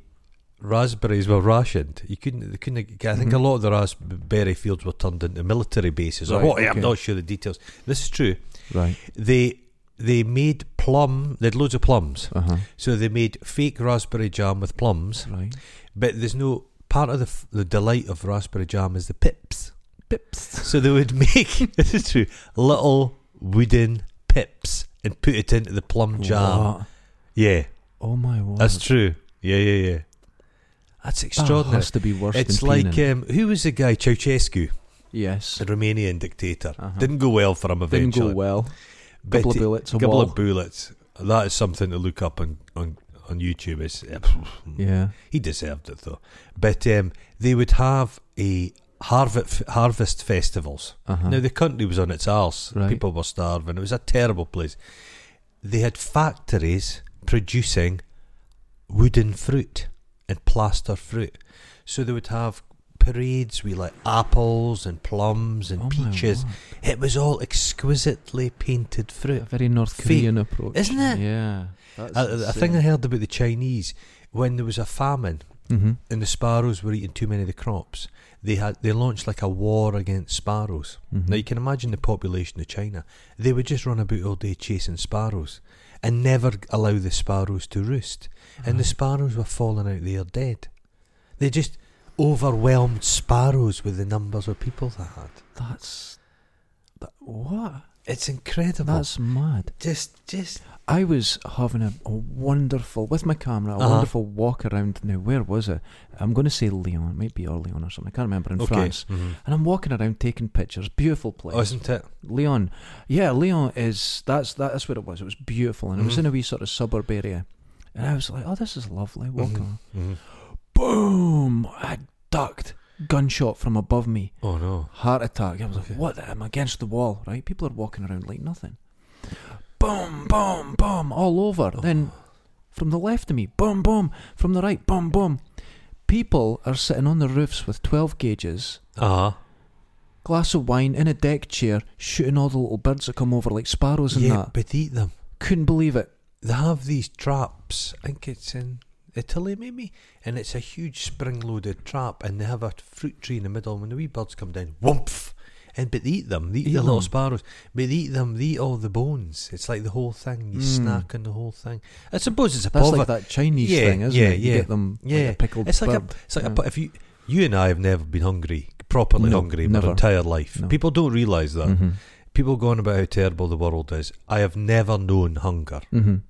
B: raspberries were rationed. You couldn't. They couldn't. I think
A: Mhm.
B: a lot of the raspberry fields were turned into military bases.
A: Right,
B: or what? I'm
A: okay.
B: not sure the details. This is true.
A: Right.
B: They they made plum. They had loads of plums,
A: Uh huh.
B: so they made fake raspberry jam with plums.
A: Right.
B: But there's no part of the f- the delight of raspberry jam is the pips.
A: Pips.
B: So they would make this is true little wooden pips and put it into the plum jam.
A: What?
B: Yeah.
A: Oh my word.
B: That's true. Yeah, yeah, yeah. That's
A: That
B: extraordinary.
A: has to be worse
B: it's
A: than
B: like
A: Peening.
B: um, who was the guy Ceausescu,
A: yes.
B: the Romanian dictator.
A: Uh-huh.
B: Didn't go well for him
A: Didn't
B: eventually.
A: go well.
B: But
A: Couple
B: he-
A: of bullets. A
B: couple
A: wall.
B: of bullets. That is something to look up on on, on YouTube. It's, uh,
A: yeah.
B: He deserved it though. But um, they would have a harvest harvest festivals.
A: Uh huh.
B: Now the country was on its arse.
A: Right.
B: People were starving. It was a terrible place. They had factories producing wooden fruit and plaster fruit. So they would have parades with like apples and plums and
A: oh my
B: peaches.
A: word.
B: It was all exquisitely painted
A: A
B: fruit.
A: very North
B: Fe-
A: Korean approach,
B: isn't it?
A: Yeah. That's
B: I, I think I heard about the Chinese when there was a famine
A: hmm
B: and the sparrows were eating too many of the crops. They had they launched like a war against sparrows.
A: Mm-hmm.
B: Now you can imagine the population of China. They would just run about all day chasing sparrows and never allow the sparrows to roost. And the sparrows were falling out there dead. They just overwhelmed sparrows with the numbers of people they had.
A: That's that, what?
B: It's incredible.
A: That's mad.
B: just just
A: I was having a, a wonderful with my camera, a
B: Uh-huh.
A: wonderful walk around. Now, where was it? I'm going to say Lyon. It might be Orléans or something. I can't remember in
B: okay.
A: France. Mm-hmm.
B: Mhm.
A: And I'm walking around taking pictures. Beautiful place.
B: Oh, isn't it?
A: Leon. Yeah, Leon is that's that's what it was. It was beautiful, and it was
B: Mhm.
A: in a wee sort of suburb area. And I was like, oh, this is lovely. Walking,
B: Mhm.
A: along.
B: Mhm.
A: boom! I ducked. Gunshot from above me.
B: Oh no.
A: Heart attack. I was
B: Okay.
A: like, what? I'm against the wall, right? People are walking around like nothing. Boom! Boom! Boom! All over.
B: Oh.
A: Then from the left of me, boom! Boom! From the right, boom! Boom! People are sitting on the roofs with twelve gauges
B: Ah.
A: glass of wine in a deck chair, shooting all the little birds that come over like sparrows and
B: Yeah,
A: that.
B: but eat them.
A: Couldn't believe it.
B: they have these traps. I think it's in Italy, maybe, and it's a huge spring-loaded trap, and they have a fruit tree in the middle. And when the wee birds come down, whoomph, and but they eat them. They eat,
A: Eat
B: the little
A: them.
B: sparrows, but they eat them. They eat all the bones. It's like the whole thing. You
A: Mm.
B: snack on the whole thing. I suppose it's a
A: That's
B: poverty.
A: like that Chinese
B: Yeah,
A: thing, isn't
B: yeah,
A: it? You
B: yeah.
A: get them like
B: Yeah.
A: a pickled
B: It's like a-
A: bird.
B: It's like
A: Yeah.
B: a, if you you and I have never been hungry, properly
A: No,
B: hungry, in
A: never.
B: our entire life.
A: No.
B: People don't realise that.
A: Mhm.
B: People go on about how terrible the world is. I have never known hunger.
A: Mhm.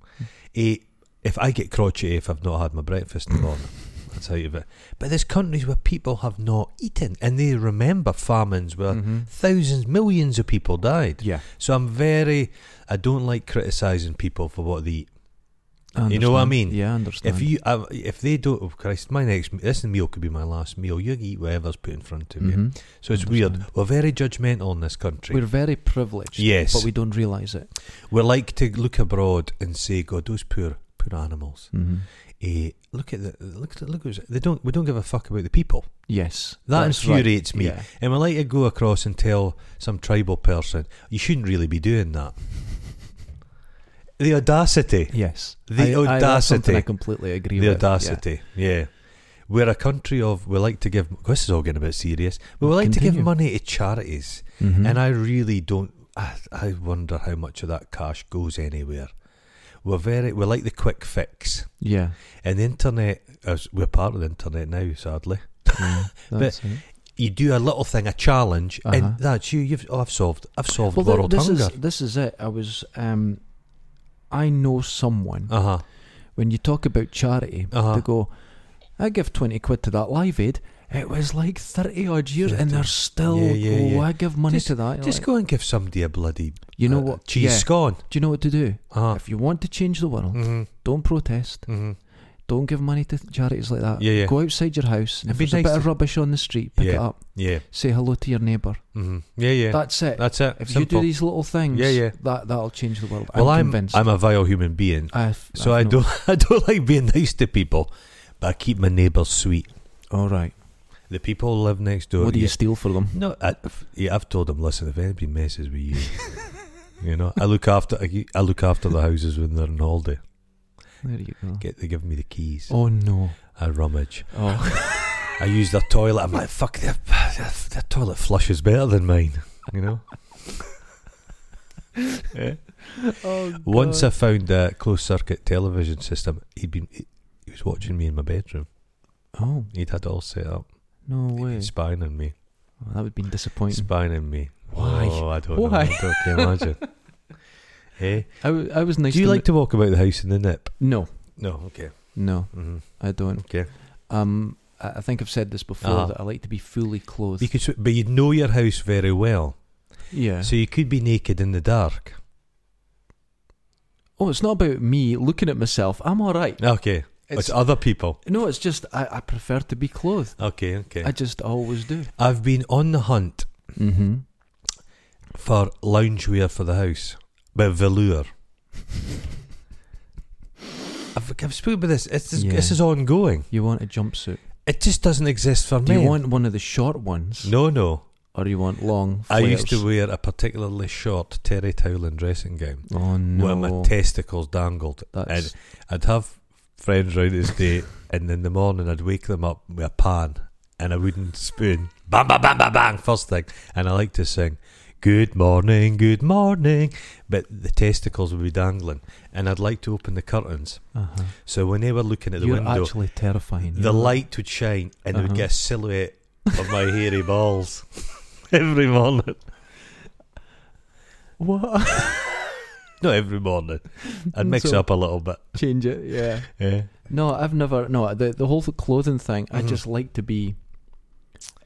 B: Eh, if I get crotchety if I've not had my breakfast in the morning. That's how you of it. But there's countries where people have not eaten and they remember famines where
A: Mhm.
B: thousands, millions of people died.
A: Yeah.
B: So I'm very, I don't like criticising people for what they eat.
A: I
B: You know what I
A: understand.
B: mean?
A: Yeah, I understand.
B: If you, I, if they don't, oh Christ, my next, this meal could be my last meal. You eat whatever's put in front of you.
A: Mhm.
B: So it's weird.
A: Understand.
B: We're very judgmental in this country.
A: We're very privileged.
B: Yes.
A: But we don't realise it.
B: we like to look abroad and say, God, those poor, poor animals.
A: Mhm.
B: Eh, look at the look at look at they don't we don't give a fuck about the people.
A: Yes.
B: That
A: That's right.
B: infuriates me.
A: Yeah.
B: And we like to go across and tell some tribal person, you shouldn't really be doing that. The audacity.
A: Yes.
B: The
A: I- I- that's something I,
B: audacity.
A: completely agree
B: The
A: with. Yeah.
B: audacity. Yeah. We're a country of we like to give this is all getting a bit serious. But we like to
A: Continue.
B: give money to charities.
A: Mhm.
B: And I really don't I, I wonder how much of that cash goes anywhere. We're very we like the quick fix.
A: Yeah.
B: And the internet, as we're part of the internet now, sadly.
A: yeah. That's it.
B: You do a little thing, a challenge,
A: Uh-huh.
B: and that's you. You've oh, I've solved. I've solved
A: Well, th-
B: world
A: this
B: hunger.
A: is this is it. I was um, I know someone
B: Uh huh.
A: when you talk about charity,
B: Uh-huh.
A: they go, I give 20 quid to that Live Aid. It was like 30 odd years, and
B: 30.
A: they're still,
B: Yeah, yeah,
A: oh,
B: yeah.
A: I give money
B: Just-
A: to that. You're
B: Just
A: like,
B: go and give somebody a bloody
A: you know
B: uh,
A: what?
B: cheese
A: yeah.
B: scone.
A: Do you know what to do?
B: Uh huh.
A: If you want to change the world,
B: Mm-hmm.
A: don't protest.
B: Mm-hmm.
A: Don't give money to charities like that.
B: Yeah, yeah.
A: Go outside your house, and
B: It'd
A: if
B: be
A: there's a
B: nice
A: bit of
B: to-
A: rubbish on the street, pick it
B: Yeah.
A: up.
B: Yeah.
A: Say hello to your neighbour.
B: Mm-hmm. Yeah. Yeah.
A: That's it.
B: that's it.
A: if
B: Simple.
A: you do these little things,
B: Yeah, yeah.
A: That, that'll change the world.
B: well,
A: I'm
B: I'm
A: convinced.
B: I'm a vile human being,
A: I've-
B: so
A: I've no-
B: I don't I don't like being nice to people, but I keep my neighbours sweet.
A: All right.
B: The people who live next door.
A: What do you
B: yeah.
A: steal for them? Uh,
B: No, I, if- yeah, I've told them. Listen, if anybody messes with you, you know, I look after I, I look after the houses when they're on holiday.
A: There you go.
B: Get they give me the keys.
A: Oh no.
B: I rummage.
A: Oh,
B: I use their toilet. I'm like, fuck, their, their, their toilet flush is better than mine. You know. Yeah.
A: oh God.
B: Once I found a closed circuit television system. He'd been he, he was watching me in my bedroom.
A: Oh
B: He'd had it all set up.
A: no
B: He'd
A: way.
B: been spying on me.
A: Well, that would have been disappointing.
B: Spying on me.
A: Why?
B: Oh, I don't
A: Why?
B: know. I don't imagine. hey,
A: I, w- I was nice.
B: do you
A: to
B: like to walk about the house in the nip?
A: mi- no,
B: No. Okay.
A: no,
B: hmm
A: I don't.
B: Okay.
A: Um, I, I think I've said this before
B: Uh-huh.
A: that I like to be fully clothed.
B: Because, but you know your house very well,
A: yeah.
B: so you could be naked in the dark.
A: oh, it's not about me looking at myself. I'm all right.
B: Okay. It's,
A: It's,
B: other people.
A: no, it's just I, I prefer to be clothed.
B: Okay. Okay.
A: I just always do.
B: I've been on the hunt
A: Mm-hmm.
B: for loungewear for the house, but velour. I've, I've spoken about this. It's, this,
A: Yeah.
B: this is ongoing.
A: You want a jumpsuit?
B: It just doesn't exist for
A: Do
B: men.
A: you want one of the short ones,
B: no, no.
A: or you want long?
B: I used
A: flares?
B: to wear a particularly short terry towel and dressing gown
A: Oh no!
B: where my testicles dangled.
A: That's
B: I'd have friends round this day, and in the morning I'd wake them up with a pan and a wooden spoon. Bang, bang, bang, bang, bang, first thing. And I like to sing, Good morning, good morning. But the testicles would be dangling, and I'd like to open the curtains.
A: uh-huh.
B: So when they were looking at the
A: you're
B: window,
A: actually terrifying.
B: the light would shine, and they would
A: Uh-huh.
B: get a silhouette of my hairy balls every morning.
A: What?
B: Not every morning. I'd mix
A: So-
B: up a little bit.
A: Change it. Yeah.
B: Yeah.
A: No, I've never. No, the the whole clothing thing. I
B: Mhm.
A: just like to be.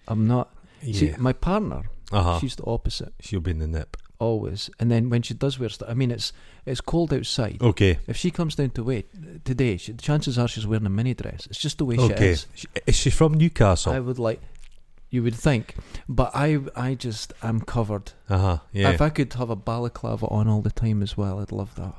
A: I'm not. See,
B: Yeah.
A: my partner,
B: Uh huh.
A: she's the opposite
B: She'll be in the nip.
A: always. And then when she does wear stuff, I mean, it's it's cold outside.
B: Okay.
A: If she comes down to wait today, she, the chances are she's wearing a mini dress. It's just the way she
B: Okay.
A: is.
B: She- Is she from Newcastle?
A: I would like, you would think, but I I just I'm covered.
B: Uh huh. Yeah.
A: If I could have a balaclava on all the time as well, I'd love that.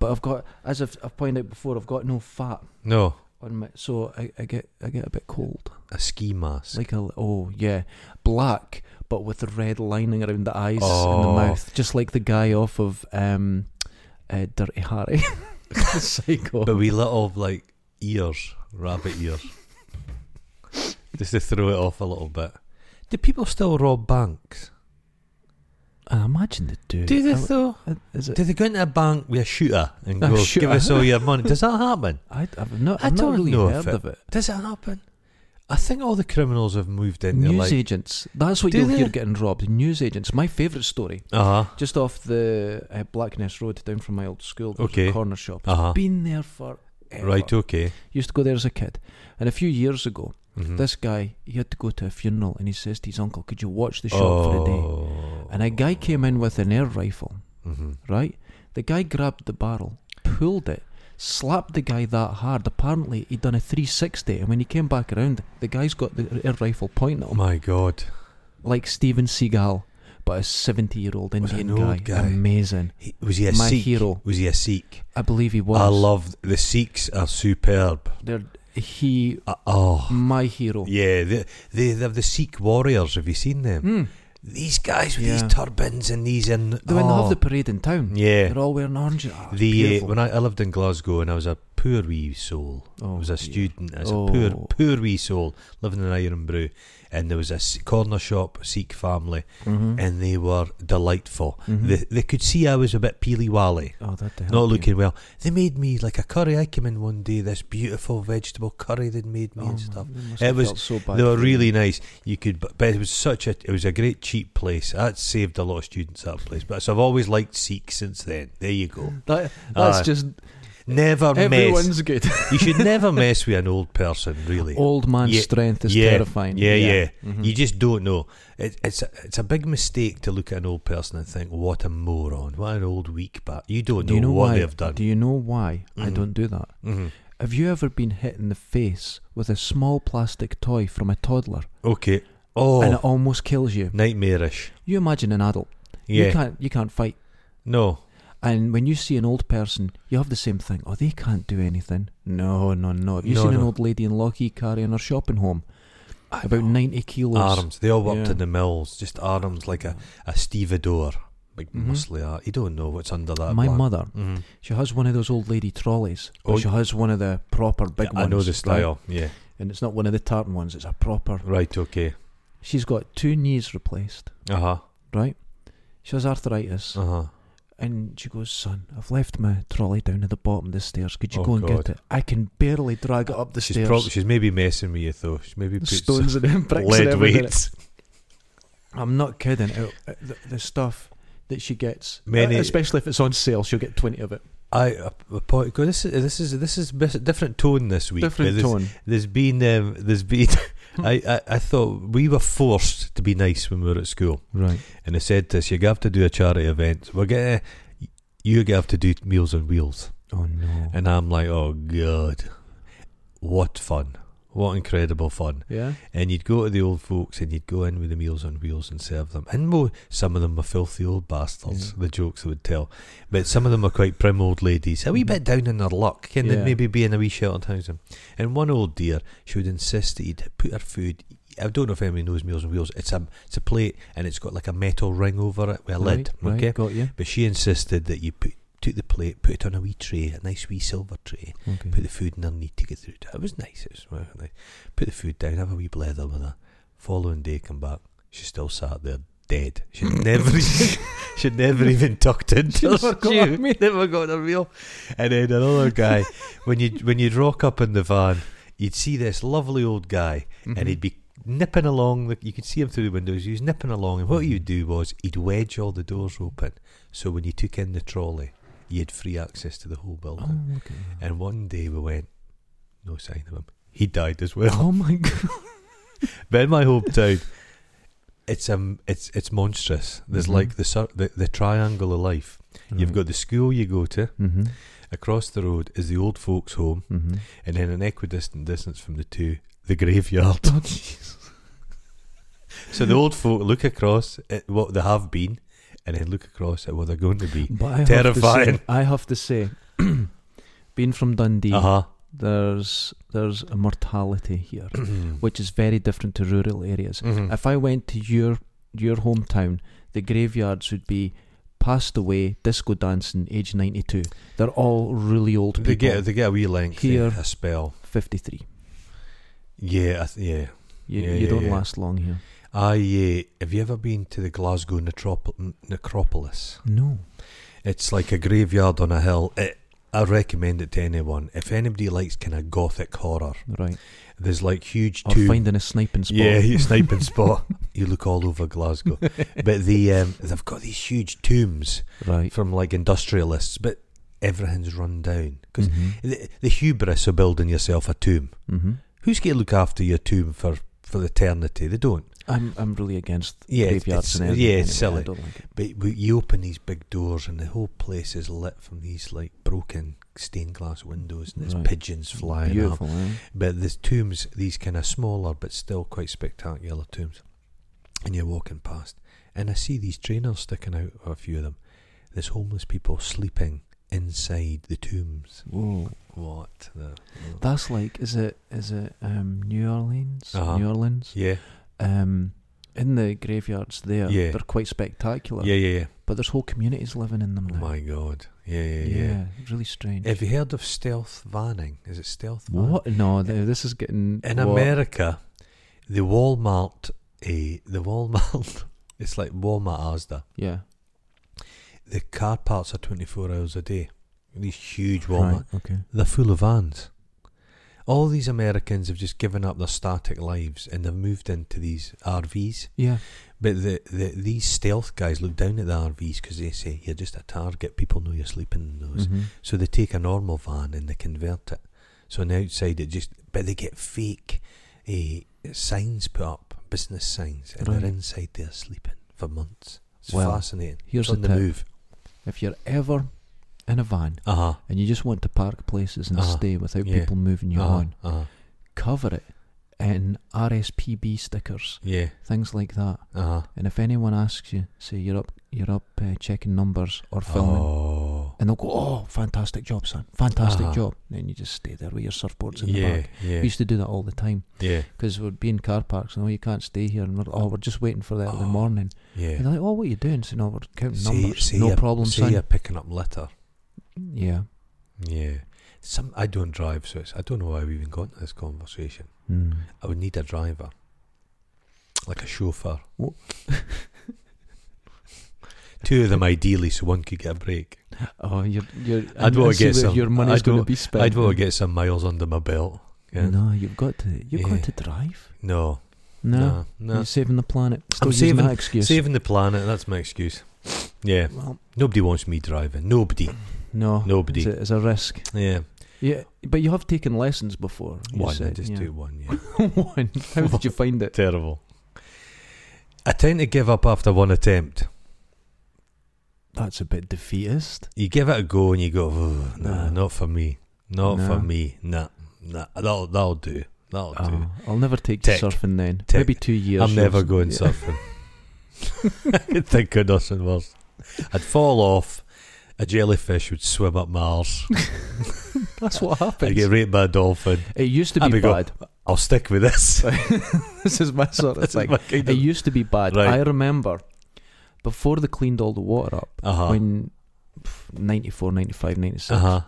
A: But I've got, as I've, I've pointed out before, I've got no fat
B: no,
A: on my, so I, I get I get a bit cold.
B: a ski mask.
A: Like a oh yeah, black but with the red lining around the eyes and the
B: Oh.
A: mouth, just like the guy off of um, uh, Dirty Harry, The psycho.
B: but we little like ears, rabbit ears, just to throw it off a little bit. Do people still rob banks?
A: I imagine the dude.
B: Do they
A: I-
B: though?
A: I, uh, is it?
B: Do they go into a bank with a shooter and
A: A
B: go,
A: shooter.
B: "Give us all your money"? Does that happen?
A: I, I've not.
B: I
A: I've
B: don't
A: not really
B: know if
A: heard
B: it-
A: of it.
B: Does it happen? I think all the criminals have moved into
A: News
B: like.
A: agents. That's what
B: Do
A: you'll
B: they?
A: hear getting robbed. News agents. My favourite story.
B: Uh huh.
A: Just off the uh, Blackness Road down from my old school. There was
B: Okay.
A: a corner shop.
B: Uh huh.
A: Been there for.
B: Right. Okay.
A: Used to go there as a kid. And a few years ago,
B: Mhm.
A: this guy, he had to go to a funeral and he says to his uncle, Could you watch the shop for a
B: Oh.
A: day? And a guy came in with an air rifle,
B: Mm-hmm.
A: right? The guy grabbed the barrel, pulled it, slapped the guy that hard. Apparently, he'd done a 360. And when he came back around, the guy's got the air rifle pointing at
B: Oh
A: him.
B: my god.
A: like Steven Seagal, but a 70 year old
B: Was an
A: Indian guy.
B: old guy.
A: Amazing.
B: He, was he a
A: My
B: Sikh?
A: hero.
B: Was he a Sikh?
A: I believe he was.
B: I love the Sikhs are superb.
A: They're, he,
B: Uh, oh,
A: my hero.
B: yeah, they, they they're the Sikh warriors. Have you seen them?
A: Mm.
B: These guys with
A: Yeah.
B: these turbans and these in.
A: They When they
B: oh,
A: have the parade in town,
B: yeah.
A: they're all wearing orange. Ah,
B: The uh,
A: beautiful.
B: when I, I lived in Glasgow and I was a poor wee soul.
A: oh,
B: I was a
A: dear.
B: student. I was a
A: Oh.
B: poor poor wee soul living in Ironbrew, and there was a S- corner shop Sikh family,
A: Mhm.
B: and they were delightful.
A: Mhm.
B: They they could see I was a bit peely wally.
A: oh, that to help
B: not
A: you.
B: looking well. They made me like a curry. I came in one day, this beautiful vegetable curry they'd made me
A: Oh, man,
B: and stuff.
A: they must
B: It
A: have
B: was-
A: felt so bad
B: They were
A: for you.
B: really nice. You could, but but it was such a it was a great cheap place. That saved a lot of students that place. But so I've always liked Sikh since then. There you go.
A: That, that's
B: Aye.
A: just
B: Never Ah, mess.
A: everyone's good.
B: You should never mess with an old person, really.
A: Old man's
B: Yeah,
A: strength is
B: yeah,
A: Oh, terrifying.
B: yeah, yeah.
A: Mhm.
B: You just don't know. It, it's a, it's a big mistake to look at an old person and think, "What a moron! What an old weak bat!" You don't
A: do you know
B: what
A: why?
B: they've done.
A: Do you know why I
B: Mhm.
A: don't do that?
B: Mhm.
A: Have you ever been hit in the face with a small plastic toy from a toddler
B: Okay.
A: and it
B: Oh,
A: almost kills you?
B: nightmarish.
A: You imagine an adult.
B: Yeah.
A: You can't you can't fight.
B: No.
A: And when you see an old person, you have the same thing. Oh, they can't do anything. No, no, no. Have you
B: No,
A: seen an
B: no.
A: old lady in Lockheed carrying her shopping home? About 90 kilos.
B: Arms. They all worked
A: Yeah.
B: in the mills. Just arms like a, a stevedore. like
A: Mhm.
B: muscly art. You don't know what's under that.
A: My
B: black-
A: mother,
B: Mhm.
A: she has one of those old lady trolleys, but
B: Oh,
A: she has one of the proper big
B: Yeah,
A: ones.
B: I know the
A: right?
B: style. Yeah.
A: and it's not one of the tartan ones. It's a proper.
B: Right. Okay.
A: She's got two knees replaced,
B: Uh huh.
A: right? She has arthritis,
B: Uh huh.
A: and she goes, "Son, I've left my trolley down at the bottom of the stairs. Could you
B: Oh,
A: go and
B: God.
A: get it? I can barely drag it up the
B: she's
A: stairs.
B: Probably, she's maybe messing with you though. She's maybe put
A: stones and
B: some
A: bricks and
B: lead
A: everything.
B: weights.
A: I'm not kidding. It- it- the, the stuff that she gets, uh,
B: Many-
A: especially if it's on sale, she'll get twenty of it.
B: I uh, uh, po- go, this is this is this is bis- different tone this week.
A: Different
B: There's-
A: tone. Hmm.
B: There's been um, there's been. I, I I thought we were forced to be nice when we were at school,
A: Right.
B: and they said to us, "You have to do a charity event. We're gonna, you have to do Meals on Wheels."
A: Oh no.
B: And I'm like, "Oh God, what fun! What incredible fun!"
A: yeah.
B: And you'd go to the old folks and you'd go in with the Meals on Wheels and serve them. And mo- some of them were filthy old bastards,
A: Yeah.
B: the jokes they would tell. But some of them were quite prim old ladies, a wee
A: Mhm.
B: bit down in their luck, and
A: Yeah.
B: they'd maybe be in a wee sheltered housing. And one old dear, she would insist that you'd put her food. I don't know if anybody knows Meals on Wheels. It's a, it's a plate and it's got like a metal ring over it with a lid.
A: Right,
B: okay?
A: Right, got you.
B: But she insisted that you put, took the plate, put it on a wee tray, a nice wee silver tray,
A: Okay.
B: put the food in her knee to get through to it. It was nice. It was well, nice. Put the food down, have a wee blether with her. Following day, come back. She still sat there dead. She'd never, she'd never even tucked into her
A: Never got
B: stew.
A: a meal.
B: Never got a meal. And then another guy, when you when you'd rock up in the van, you'd see this lovely old guy,
A: Mhm.
B: and he'd be nipping along. The, you could see him through the windows. He was nipping along, and what he would do was he'd wedge all the doors open, so when you took in the trolley, you had free access to the whole building.
A: Oh, okay.
B: And one day we went, no sign of him. He died as well.
A: oh my god.
B: But in my hometown, it's um, it's it's monstrous. There's
A: Mhm.
B: like the, cir- the the triangle of life.
A: Mm.
B: You've got the school you go to.
A: Mm-hmm.
B: Across the road is the old folks' home,
A: Mm-hmm.
B: and then an equidistant distance from the two, the graveyard. so the old folk look across at what they have been, and then look across at what they're going to be.
A: But I Have to
B: Terrifying.
A: say, I have to say, being from Dundee,
B: Uh huh.
A: there's there's a mortality here, which is very different to rural areas.
B: Mm.
A: If I went to your your hometown, the graveyards would be passed away, disco dancing, age ninety two. They're all really old people.
B: they get they get a wee length
A: Here.
B: a spell.
A: Fifty three.
B: Yeah, I th- yeah.
A: You,
B: Yeah,
A: you
B: yeah,
A: don't
B: yeah.
A: last long here.
B: I uh, have you ever been to the Glasgow necrop- n- necropolis?
A: No.
B: It's like a graveyard on a hill. It, I recommend it to anyone. If anybody likes kind of gothic horror,
A: Right.
B: there's like huge
A: Or
B: tombs.
A: finding a sniping spot.
B: Yeah, you sniping spot. You look all over Glasgow, but the um, they've got these huge tombs
A: Right.
B: from like industrialists, but everything's run down because
A: Mm-hmm.
B: the, the hubris of building yourself a tomb.
A: Mm-hmm.
B: Who's going to look after your tomb for for eternity? They don't.
A: I'm I'm really against
B: Yeah, it's-
A: graveyards
B: it's-
A: and everything.
B: yeah, it's
A: anyway.
B: silly.
A: I don't like it.
B: But we- you open these big doors and the whole place is lit from these like broken stained glass windows and there's
A: Right.
B: pigeons flying up.
A: Beautiful, eh?
B: But there's tombs, these kind of smaller but still quite spectacular tombs. And you're walking past and I see these trainers sticking out of a few of them. There's homeless people sleeping inside the tombs.
A: Whoa.
B: What the?
A: That's like is it is it um, New Orleans?
B: Uh-huh.
A: New Orleans.
B: yeah,
A: Um in the graveyards there,
B: Yeah.
A: they're quite spectacular.
B: yeah, yeah, yeah.
A: But there's whole communities living in them
B: Oh
A: now.
B: my god. Yeah, yeah,
A: yeah,
B: yeah.
A: really strange.
B: Have you heard of stealth vanning? Is it stealth vanning?
A: what? No, th- this is getting
B: In
A: what?
B: America, the Walmart, eh, the Walmart, it's like Walmart Asda.
A: Yeah.
B: The car parts are 24 hours a day. These huge Walmart.
A: Right. Okay.
B: They're full of vans. All these Americans have just given up their static lives and they've moved into these RVs.
A: Yeah.
B: But the, the these stealth guys look down at the RVs because they say you're just a target. People know you're sleeping in those.
A: Mhm.
B: So they take a normal van and they convert it. So on the outside, it just but they get fake eh, signs put up, business signs, and
A: Right.
B: they're inside there sleeping for months. It's
A: Well,
B: fascinating.
A: Here's
B: it's on
A: a
B: the
A: tip.
B: move.
A: If you're ever in a van
B: Uh huh.
A: and you just want to park places and
B: Uh-huh.
A: stay without
B: Yeah.
A: people moving you
B: Uh
A: on,
B: huh.
A: cover it in RSPB stickers,
B: Yeah.
A: things like that.
B: Uh huh.
A: And if anyone asks you, say you're up, you're up uh, checking numbers or filming.
B: Oh.
A: and they'll go, "Oh, fantastic job, son! Fantastic
B: Uh-huh.
A: job!" And then you just stay there with your surfboards in the
B: yeah,
A: back.
B: yeah,
A: We used to do that all the time
B: yeah,
A: because we'd be in car parks and oh, you can't stay here, and we're, oh, we're just waiting for that in the
B: Oh,
A: morning. And
B: yeah.
A: they're like, "Oh, what are you doing?" So no, we're counting
B: Say-
A: numbers.
B: say
A: no
B: you're-
A: problem,
B: say
A: son.
B: you're picking up litter.
A: Yeah.
B: Yeah. Some I don't drive, so it's, I don't know how we even got into this conversation.
A: Mm.
B: I would need a driver, like a chauffeur.
A: Wha-
B: Two of them ideally, so one could get a break.
A: Oh, you're, you're,
B: I'd
A: and
B: wanna
A: I see
B: get
A: where
B: some-
A: Your money's
B: I'd
A: going to
B: wanna-
A: be spent.
B: I'd want to get some miles under my belt. Yeah.
A: No, you've got to. You've
B: Yeah.
A: got to drive.
B: No,
A: No,
B: no, no.
A: you're saving the planet. Still
B: I'm
A: using
B: saving-
A: that excuse.
B: Saving the planet, that's my excuse. Yeah,
A: Well,
B: nobody wants me driving. Nobody.
A: no,
B: Nobody.
A: It's a, it's a risk.
B: Yeah.
A: Yeah, but you have taken lessons before. You
B: One, I
A: said,
B: just
A: yeah.
B: do one, yeah.
A: one. How did you find it?
B: Terrible. I tend to give up after one attempt.
A: That's a bit defeatist.
B: you give it a go and you go, "Ugh, nah,
A: Nah.
B: not for me, not for
A: Nah.
B: me, nah, nah, that'll that'll do, that'll do.
A: Oh, I'll never take
B: Tick.
A: to surfing then.
B: Tick.
A: Maybe two years.
B: I'm never
A: you'll-
B: going
A: yeah.
B: surfing. I think of nothing worse. I'd fall off. A jellyfish would swim up my arse.
A: That's what
B: I'd get
A: happens.
B: raped by a dolphin.
A: It used to
B: I'd
A: be
B: be go-
A: bad.
B: I'll stick with this.
A: this is my sort of
B: That's
A: thing.
B: my kind
A: It
B: of.
A: used to be bad.
B: Right.
A: I remember before they cleaned all the water up
B: Uh huh.
A: when pff, 94, 95, 96,
B: Uh huh.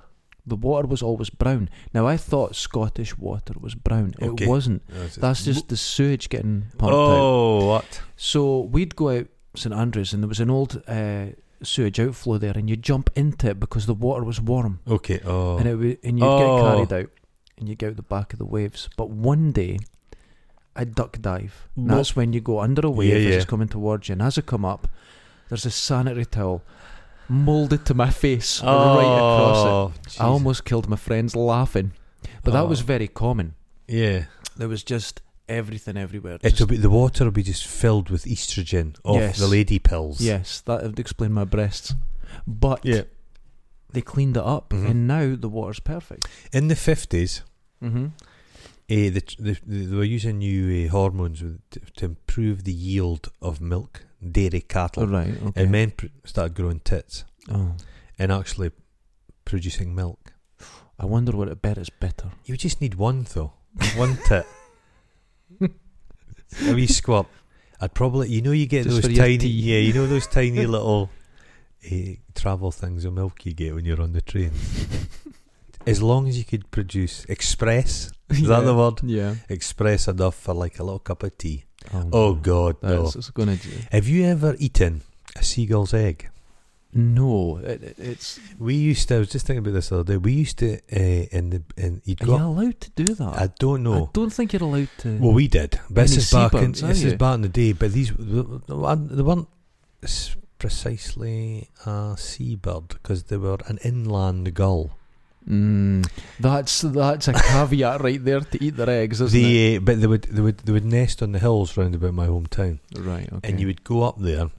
A: the water was always brown. Now, I thought Scottish water was brown.
B: Okay.
A: It wasn't. That's just the sewage getting pumped out.
B: Oh, what?
A: So we'd go out St Andrews, and there was an old uh, sewage outflow there, and you'd jump into it because the water was warm,
B: Okay. Oh.
A: and it would, and you'd
B: Oh.
A: get carried out, and you would get out the back of the waves. But one day, I duck dive. And
B: Well-
A: that's when you go under a wave
B: Yeah,
A: as
B: yeah.
A: it's coming towards you, and as I come up, there's a sanitary towel molded to my face right across it.
B: oh,
A: I almost killed my friends laughing, but that was
B: Oh.
A: very common.
B: Yeah.
A: There was just everything everywhere.
B: It'll
A: just-
B: be the water will be just filled with estrogen off
A: Yes.
B: the lady pills.
A: Yes, that would explain my breasts. But
B: Yeah.
A: they cleaned it up,
B: Mhm.
A: and now the water's perfect.
B: In the fifties,
A: Mm-hmm.
B: eh, the, tr- the, the, they were using new uh, hormones with- to, to improve the yield of milk, dairy cattle,
A: All right. Okay.
B: and men pr- started growing tits
A: oh,
B: and actually producing milk.
A: I wonder what it bet is better.
B: You just need one though, one tit, a wee squirt. I'd probably, you know, you get
A: Just for
B: those
A: your
B: tiny,
A: tea.
B: yeah, you know those tiny little eh, travel things of milk you get when you're on the train. As long as you could produce express, is that the word?
A: Yeah.
B: Express enough for like a little cup of tea.
A: Oh,
B: Oh God, no!
A: That's it's gonna. Do.
B: Have you ever eaten a seagull's egg?
A: No, it, it, it's.
B: We used to. I was just thinking about this the other day. We used to uh, in the in you'd
A: Are you
B: go.
A: allowed to do that?
B: I don't know.
A: I don't think you're allowed to.
B: Well, we did. But this
A: Many
B: is back in
A: seabirds, are
B: this is
A: you?
B: back in the day. But these they weren't they weren't s- precisely a seabird because they were an inland gull.
A: Mm, that's that's a caveat right there to eat their eggs, isn't it?
B: They, uh, but they would they would they would nest on the hills round about my hometown,
A: Right. Okay.
B: and you would go up there.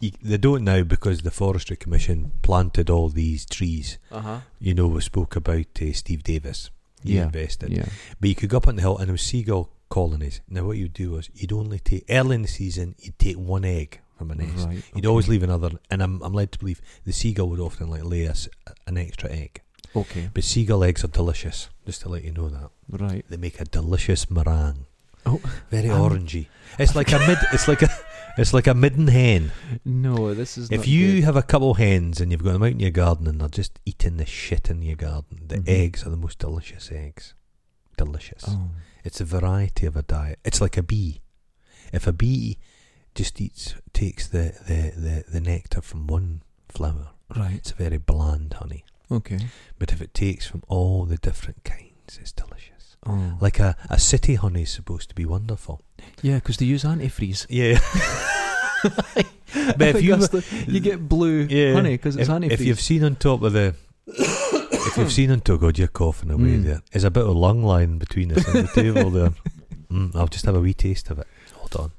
B: You, they don't now because the forestry commission planted all these trees.
A: Uh huh.
B: You know, we spoke about uh, Steve Davis. He
A: Yeah.
B: invested.
A: Yeah.
B: But you could go up on the hill and there was seagull colonies. Now what you'd do is you'd only take early in the season you'd take one egg from a nest.
A: Right.
B: You'd
A: okay.
B: always leave another, and I'm, I'm led to believe the seagull would often like lay us an extra egg.
A: Okay.
B: But seagull eggs are delicious, just to let you know that
A: Right.
B: they make a delicious meringue.
A: Oh,
B: very
A: um,
B: orangey. It's like a mid. It's like a. It's like a midden hen.
A: No, this is.
B: If
A: not
B: you
A: good.
B: have a couple hens and you've got them out in your garden and they're just eating the shit in your garden, the
A: Mhm.
B: eggs are the most delicious eggs. Delicious.
A: Oh.
B: It's a variety of a diet. It's like a bee. If a bee just eats, takes the, the, the, the nectar from one flower,
A: Right.
B: it's a very bland honey.
A: Okay.
B: But if it takes from all the different kinds, it's delicious.
A: Oh.
B: Like a, a city honey is supposed to be wonderful.
A: Yeah, because they use antifreeze.
B: Yeah. but if you,
A: you get blue
B: Yeah.
A: honey because it's
B: if,
A: antifreeze.
B: if you've seen on top of the. if you've seen on top, God, you're coughing away
A: Mm.
B: there. There's a bit of lung line between us and the table there. Mm, I'll just have a wee taste of it. Hold on.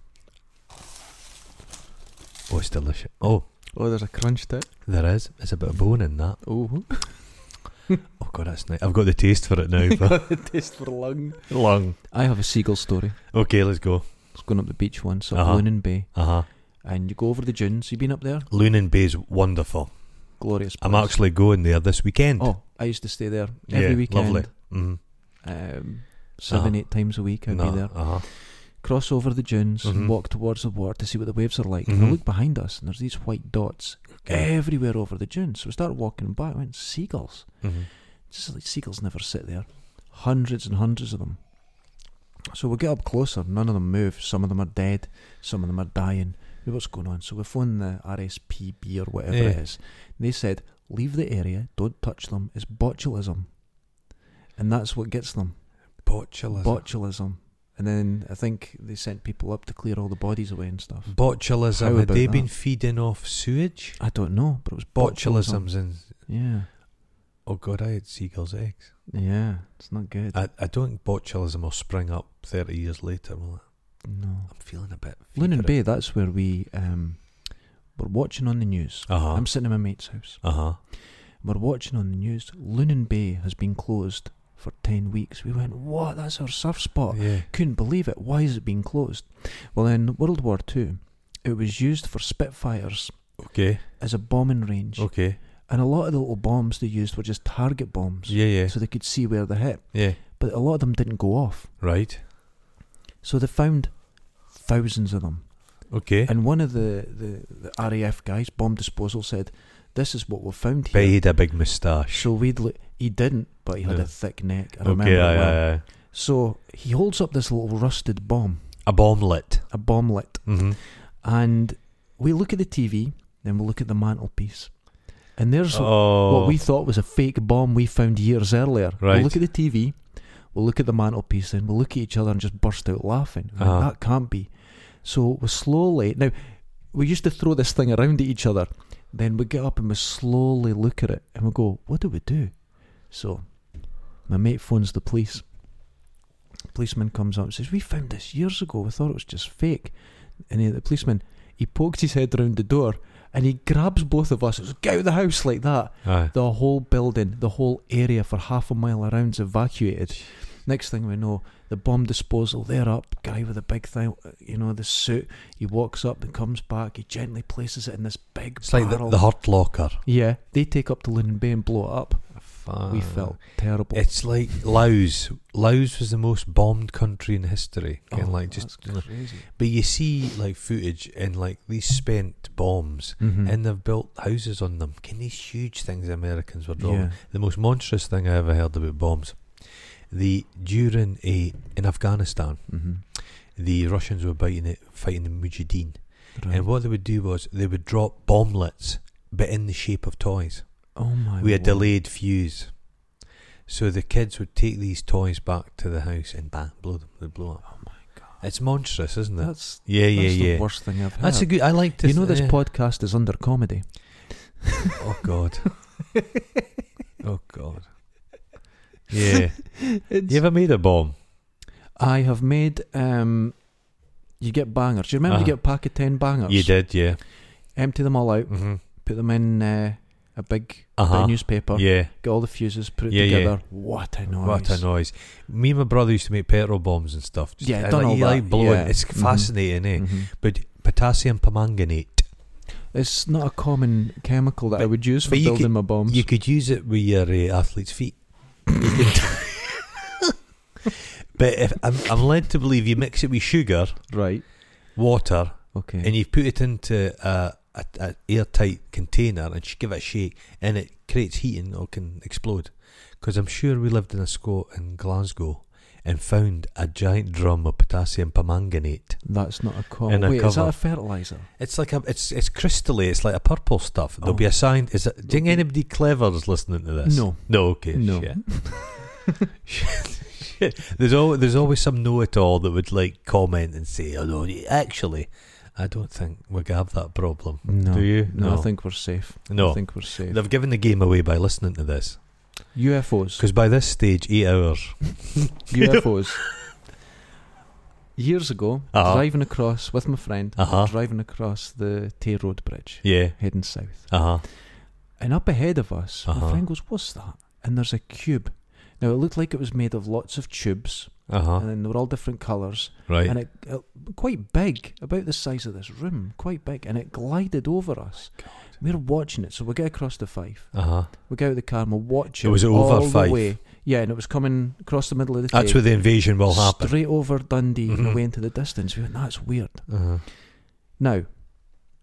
B: Oh, it's delicious. Oh,
A: oh, there's a crunch to it.
B: there is. There's a bit of bone in that.
A: Oh,
B: Oh, God, that's nice. I've got the taste for it now. but-
A: taste for lung.
B: lung.
A: I have a seagull story.
B: Okay, let's go.
A: I was going up the beach once up
B: Uh-huh.
A: Lunan Bay,
B: Uh huh.
A: and you go over the dunes. You been up there?
B: Lunan Bay is wonderful.
A: glorious.
B: I'm
A: place.
B: actually going there this weekend.
A: Oh, I used to stay there every
B: yeah,
A: weekend.
B: Lovely. Mm-hmm.
A: Um, 7
B: Ah.
A: eight times a week, I'd be there.
B: Uh-huh.
A: Cross over the dunes,
B: Mhm.
A: walk towards the water to see what the waves are like. And I
B: Mhm.
A: look behind us, and there's these white dots
B: Okay.
A: everywhere over the dunes. So we started walking back. I went seagulls.
B: Mhm.
A: Just like seagulls never sit there. Hundreds and hundreds of them. So we get up closer. None of them move. Some of them are dead. Some of them are dying. We, What's going on? So we phoned the RSPB or whatever it
B: Yeah.
A: is. They said, leave the area. Don't touch them. It's botulism. And that's what gets them.
B: Botulism.
A: Botulism. And then I think they sent people up to clear all the bodies away and stuff.
B: Botulism.
A: How
B: Had
A: about
B: they
A: that?
B: been feeding off sewage?
A: I don't know, but it was botulism.
B: Botulisms and
A: Yeah.
B: oh god, I had seagulls' eggs.
A: Yeah. It's not good.
B: I, I don't think botulism will spring up thirty years later. Will it?
A: no.
B: I'm feeling a bit.
A: Lunan Bay, that's where we um, were watching on the news.
B: Uh huh.
A: I'm sitting in my mate's house.
B: Uh huh.
A: We're watching on the news. Lunan Bay has been closed for 10 weeks. We went, what? That's our surf spot.
B: Yeah.
A: Couldn't believe it. Why is it being closed? Well, in World War Two, it was used for Spitfires
B: Okay.
A: as a bombing range.
B: Okay.
A: And a lot of the little bombs they used were just target bombs.
B: Yeah. Yeah.
A: So they could see where they hit.
B: Yeah.
A: But a lot of them didn't go off.
B: Right.
A: So they found thousands of them.
B: Okay.
A: And one of the, the, the RAF guys, bomb disposal, said, "This is what we found
B: But he
A: here."
B: had a big moustache.
A: So we'd look. He didn't, but he had
B: Yeah.
A: a thick neck. I remember.
B: Okay.
A: it
B: Aye,
A: well.
B: aye, aye.
A: So he holds up this little rusted bomb,
B: A bomblet.
A: a bomblet,
B: Mm-hmm.
A: and we look at the TV. Then we look at the mantelpiece, and there's
B: oh.
A: what we thought was a fake bomb we found years earlier.
B: Right.
A: We'll look at the TV, we'll look at the mantelpiece, and we'll look at each other and just burst out laughing. Like,
B: Uh-huh.
A: That can't be. So we slowly now we used to throw this thing around at each other. Then we get up and we slowly look at it and we go, What do we do? So my mate phones the police. Policeman comes up and says, We found this years ago. We thought it was just fake. And he- the policeman, he poked his head round the door and he grabs both of us and says, Get out of the house like that.
B: Aye.
A: The whole building, the whole area for half a mile around's evacuated. Next thing we know, the bomb disposal, they're up. Guy with a big thing, you know, the suit. He walks up and comes back. He gently places it in this big
B: It's like the,
A: barrel.
B: the Hurt Locker.
A: yeah, they take up to London Bay and blow it up. we felt terrible.
B: It's like Laos. Laos was the most bombed country in history.
A: Oh,
B: and like just,
A: that's crazy.
B: but you see like footage and like these spent bombs,
A: Mhm.
B: and they've built houses on them. Can these huge things the Americans were dropping?
A: yeah.
B: The most monstrous thing I ever heard about bombs. The during a in Afghanistan,
A: hmm
B: the Russians were biting it, fighting the Mujahideen,
A: Right.
B: and what they would do was they would drop bomblets, but in the shape of toys
A: oh my
B: we had
A: word.
B: delayed fuse. So the kids would take these toys back to the house and bang, blow them. They blow up.
A: Oh my god.
B: It's monstrous, isn't it?
A: That's,
B: yeah, yeah,
A: that's
B: yeah.
A: the worst thing I've heard.
B: That's a good. I like to.
A: you know,
B: th-
A: this
B: yeah.
A: podcast is under comedy.
B: Oh God. oh God. Yeah.
A: It's-
B: You ever made a bomb?
A: I have made. Um, you get bangers. Do you remember you
B: Uh-huh.
A: get a pack of ten bangers?
B: You did, yeah.
A: Empty them all out.
B: Mm-hmm.
A: Put them in uh, a big, bit of
B: Uh-huh.
A: newspaper.
B: Yeah.
A: Get all the fuses. Put it
B: Yeah, yeah.
A: together. What a noise!
B: What a noise. Me and my brother used to make petrol bombs and stuff. Just-
A: Yeah,
B: I
A: done
B: like,
A: all
B: you
A: that,
B: like blowing.
A: yeah.
B: It's
A: Mhm.
B: fascinating, eh?
A: Mhm.
B: But potassium permanganate.
A: It's not a common chemical that I
B: But-
A: would use for
B: but you
A: building
B: could-
A: my bombs.
B: You could use it with your uh, athlete's feet. You could- but if I'm, I'm led to believe you mix it with sugar,
A: right.
B: water,
A: Okay.
B: and you put it into a, a, a airtight container and sh- give it a shake, and it creates heat and it can explode. Because I'm sure we lived in a school in Glasgow and found a giant drum of potassium permanganate.
A: That's not a common.
B: in a
A: Wait, is that
B: cover.
A: a fertilizer?
B: It's like a, it's it's crystally. It's like a purple stuff. There'll be
A: Oh.
B: a sign. Is it, do you think anybody clever is listening to this?
A: No.
B: No. Okay.
A: No.
B: Shit. Shit. There's always there's always some know-it-all that would like comment and say, "Oh no, you- actually, I don't think we have that problem."
A: No.
B: Do you?
A: No, I
B: No.
A: think we're safe. I
B: No,
A: think we're safe.
B: they've given the game away by listening to this
A: UFOs.
B: because by this stage, eight hours.
A: UFOs. Years ago,
B: Uh-huh.
A: driving across with my friend,
B: Uh huh.
A: driving across the Tay Road Bridge,
B: Yeah.
A: heading south.
B: Uh huh.
A: And up ahead of us, my
B: Uh-huh.
A: friend goes, What's that? And there's a cube. Now, it looked like it was made of lots of tubes,
B: Uh huh.
A: and they were all different colours,
B: Right.
A: and it, it quite big, about the size of this room, quite big, and it glided over us.
B: Oh
A: We We're watching it, so we get across the Fife.
B: Uh huh.
A: We get out of the car and we watch it.
B: It was over
A: all
B: Fife.
A: The way. Yeah, and it was coming across the middle of the
B: That's
A: Tay,
B: where the invasion will happen.
A: Straight over Dundee and
B: Mhm.
A: away into the distance. We went, that's weird.
B: Uh-huh.
A: Now,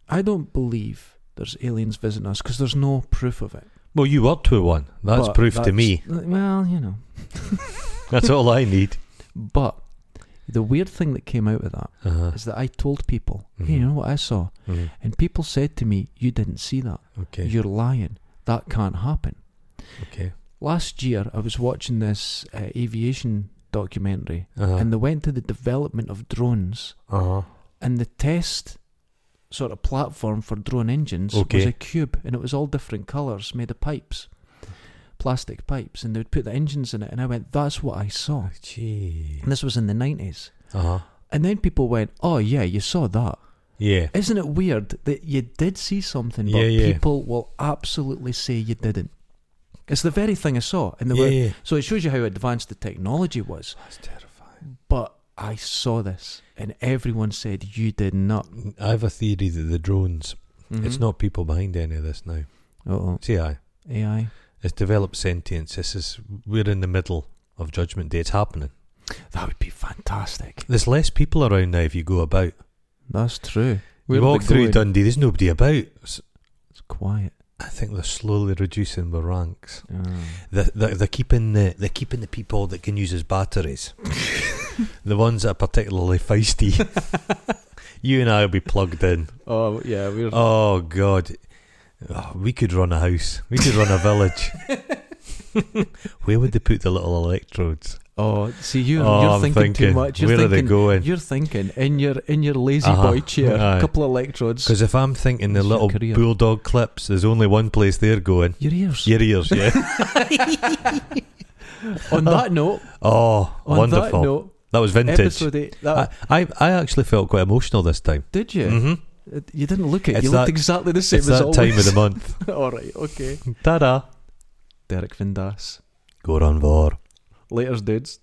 A: I don't believe there's aliens visiting us because there's no proof of it.
B: Well, you were to one. That's
A: But
B: proof to
A: that's-
B: me.
A: Well, you know.
B: That's all I need.
A: But the weird thing that came out of that
B: Uh-huh.
A: is that I told people, hey,
B: Mhm.
A: you know what I saw?
B: Mhm.
A: And people said to me, you didn't see that.
B: Okay.
A: You're lying. That can't happen.
B: okay.
A: Last year, I was watching this uh, aviation documentary
B: Uh-huh.
A: and they went to the development of drones
B: uh-huh.
A: and the test sort of platform for drone engines was
B: Okay.
A: a cube and it was all different colours made of pipes plastic pipes and they would put the engines in it and i went that's what i saw
B: Gee.
A: and this was in the 90s
B: Uh-huh.
A: and then people went oh yeah you saw that
B: Yeah.
A: isn't it weird that you did see something but
B: Yeah, yeah.
A: people will absolutely say you didn't it's the very thing i saw and they
B: yeah,
A: were
B: yeah.
A: so it shows you how advanced the technology was
B: That's terrifying.
A: but I saw this, and everyone said you did not.
B: I have a theory that the drones,
A: Mm-hmm.
B: it's not people behind any of this now.
A: Oh,
B: See, I.
A: AI.
B: It's developed sentience. This is, we're in the middle of Judgment Day. It's happening.
A: That would be fantastic.
B: There's less people around now if you go about.
A: That's true.
B: you walk through Dundee, there's nobody about. S-
A: It's quiet.
B: I think they're slowly reducing the ranks. They're, they're, they're keeping the they're keeping the people that can use as batteries, the ones that are particularly feisty. you and I will be plugged in.
A: Oh yeah, we're.
B: Oh God, Oh, we could run a house. We could run a village. Where would they put the little electrodes?
A: Oh, see, you
B: oh,
A: you're
B: I'm
A: thinking, too much. You're
B: where are they
A: thinking.
B: going?
A: You're thinking in your in your lazy
B: Uh-huh.
A: boy chair.
B: Aye.
A: A couple of electrodes.
B: Because if I'm thinking the
A: It's your
B: little
A: career.
B: bulldog clips, there's only one place they're going.
A: Your ears.
B: Your ears, yeah.
A: On that note,
B: oh,
A: on
B: wonderful.
A: that note,
B: that was vintage.
A: episode eight. That, Mm.
B: I, I I actually felt quite emotional this time.
A: Uh, did you?
B: hmm
A: It- You didn't look it.
B: It's
A: you
B: that-
A: looked exactly the same
B: It's
A: as
B: that
A: always.
B: time of the month.
A: All right. Okay.
B: Ta da!
A: Derek Vindas.
B: Go on, Vor.
A: Later's dudes.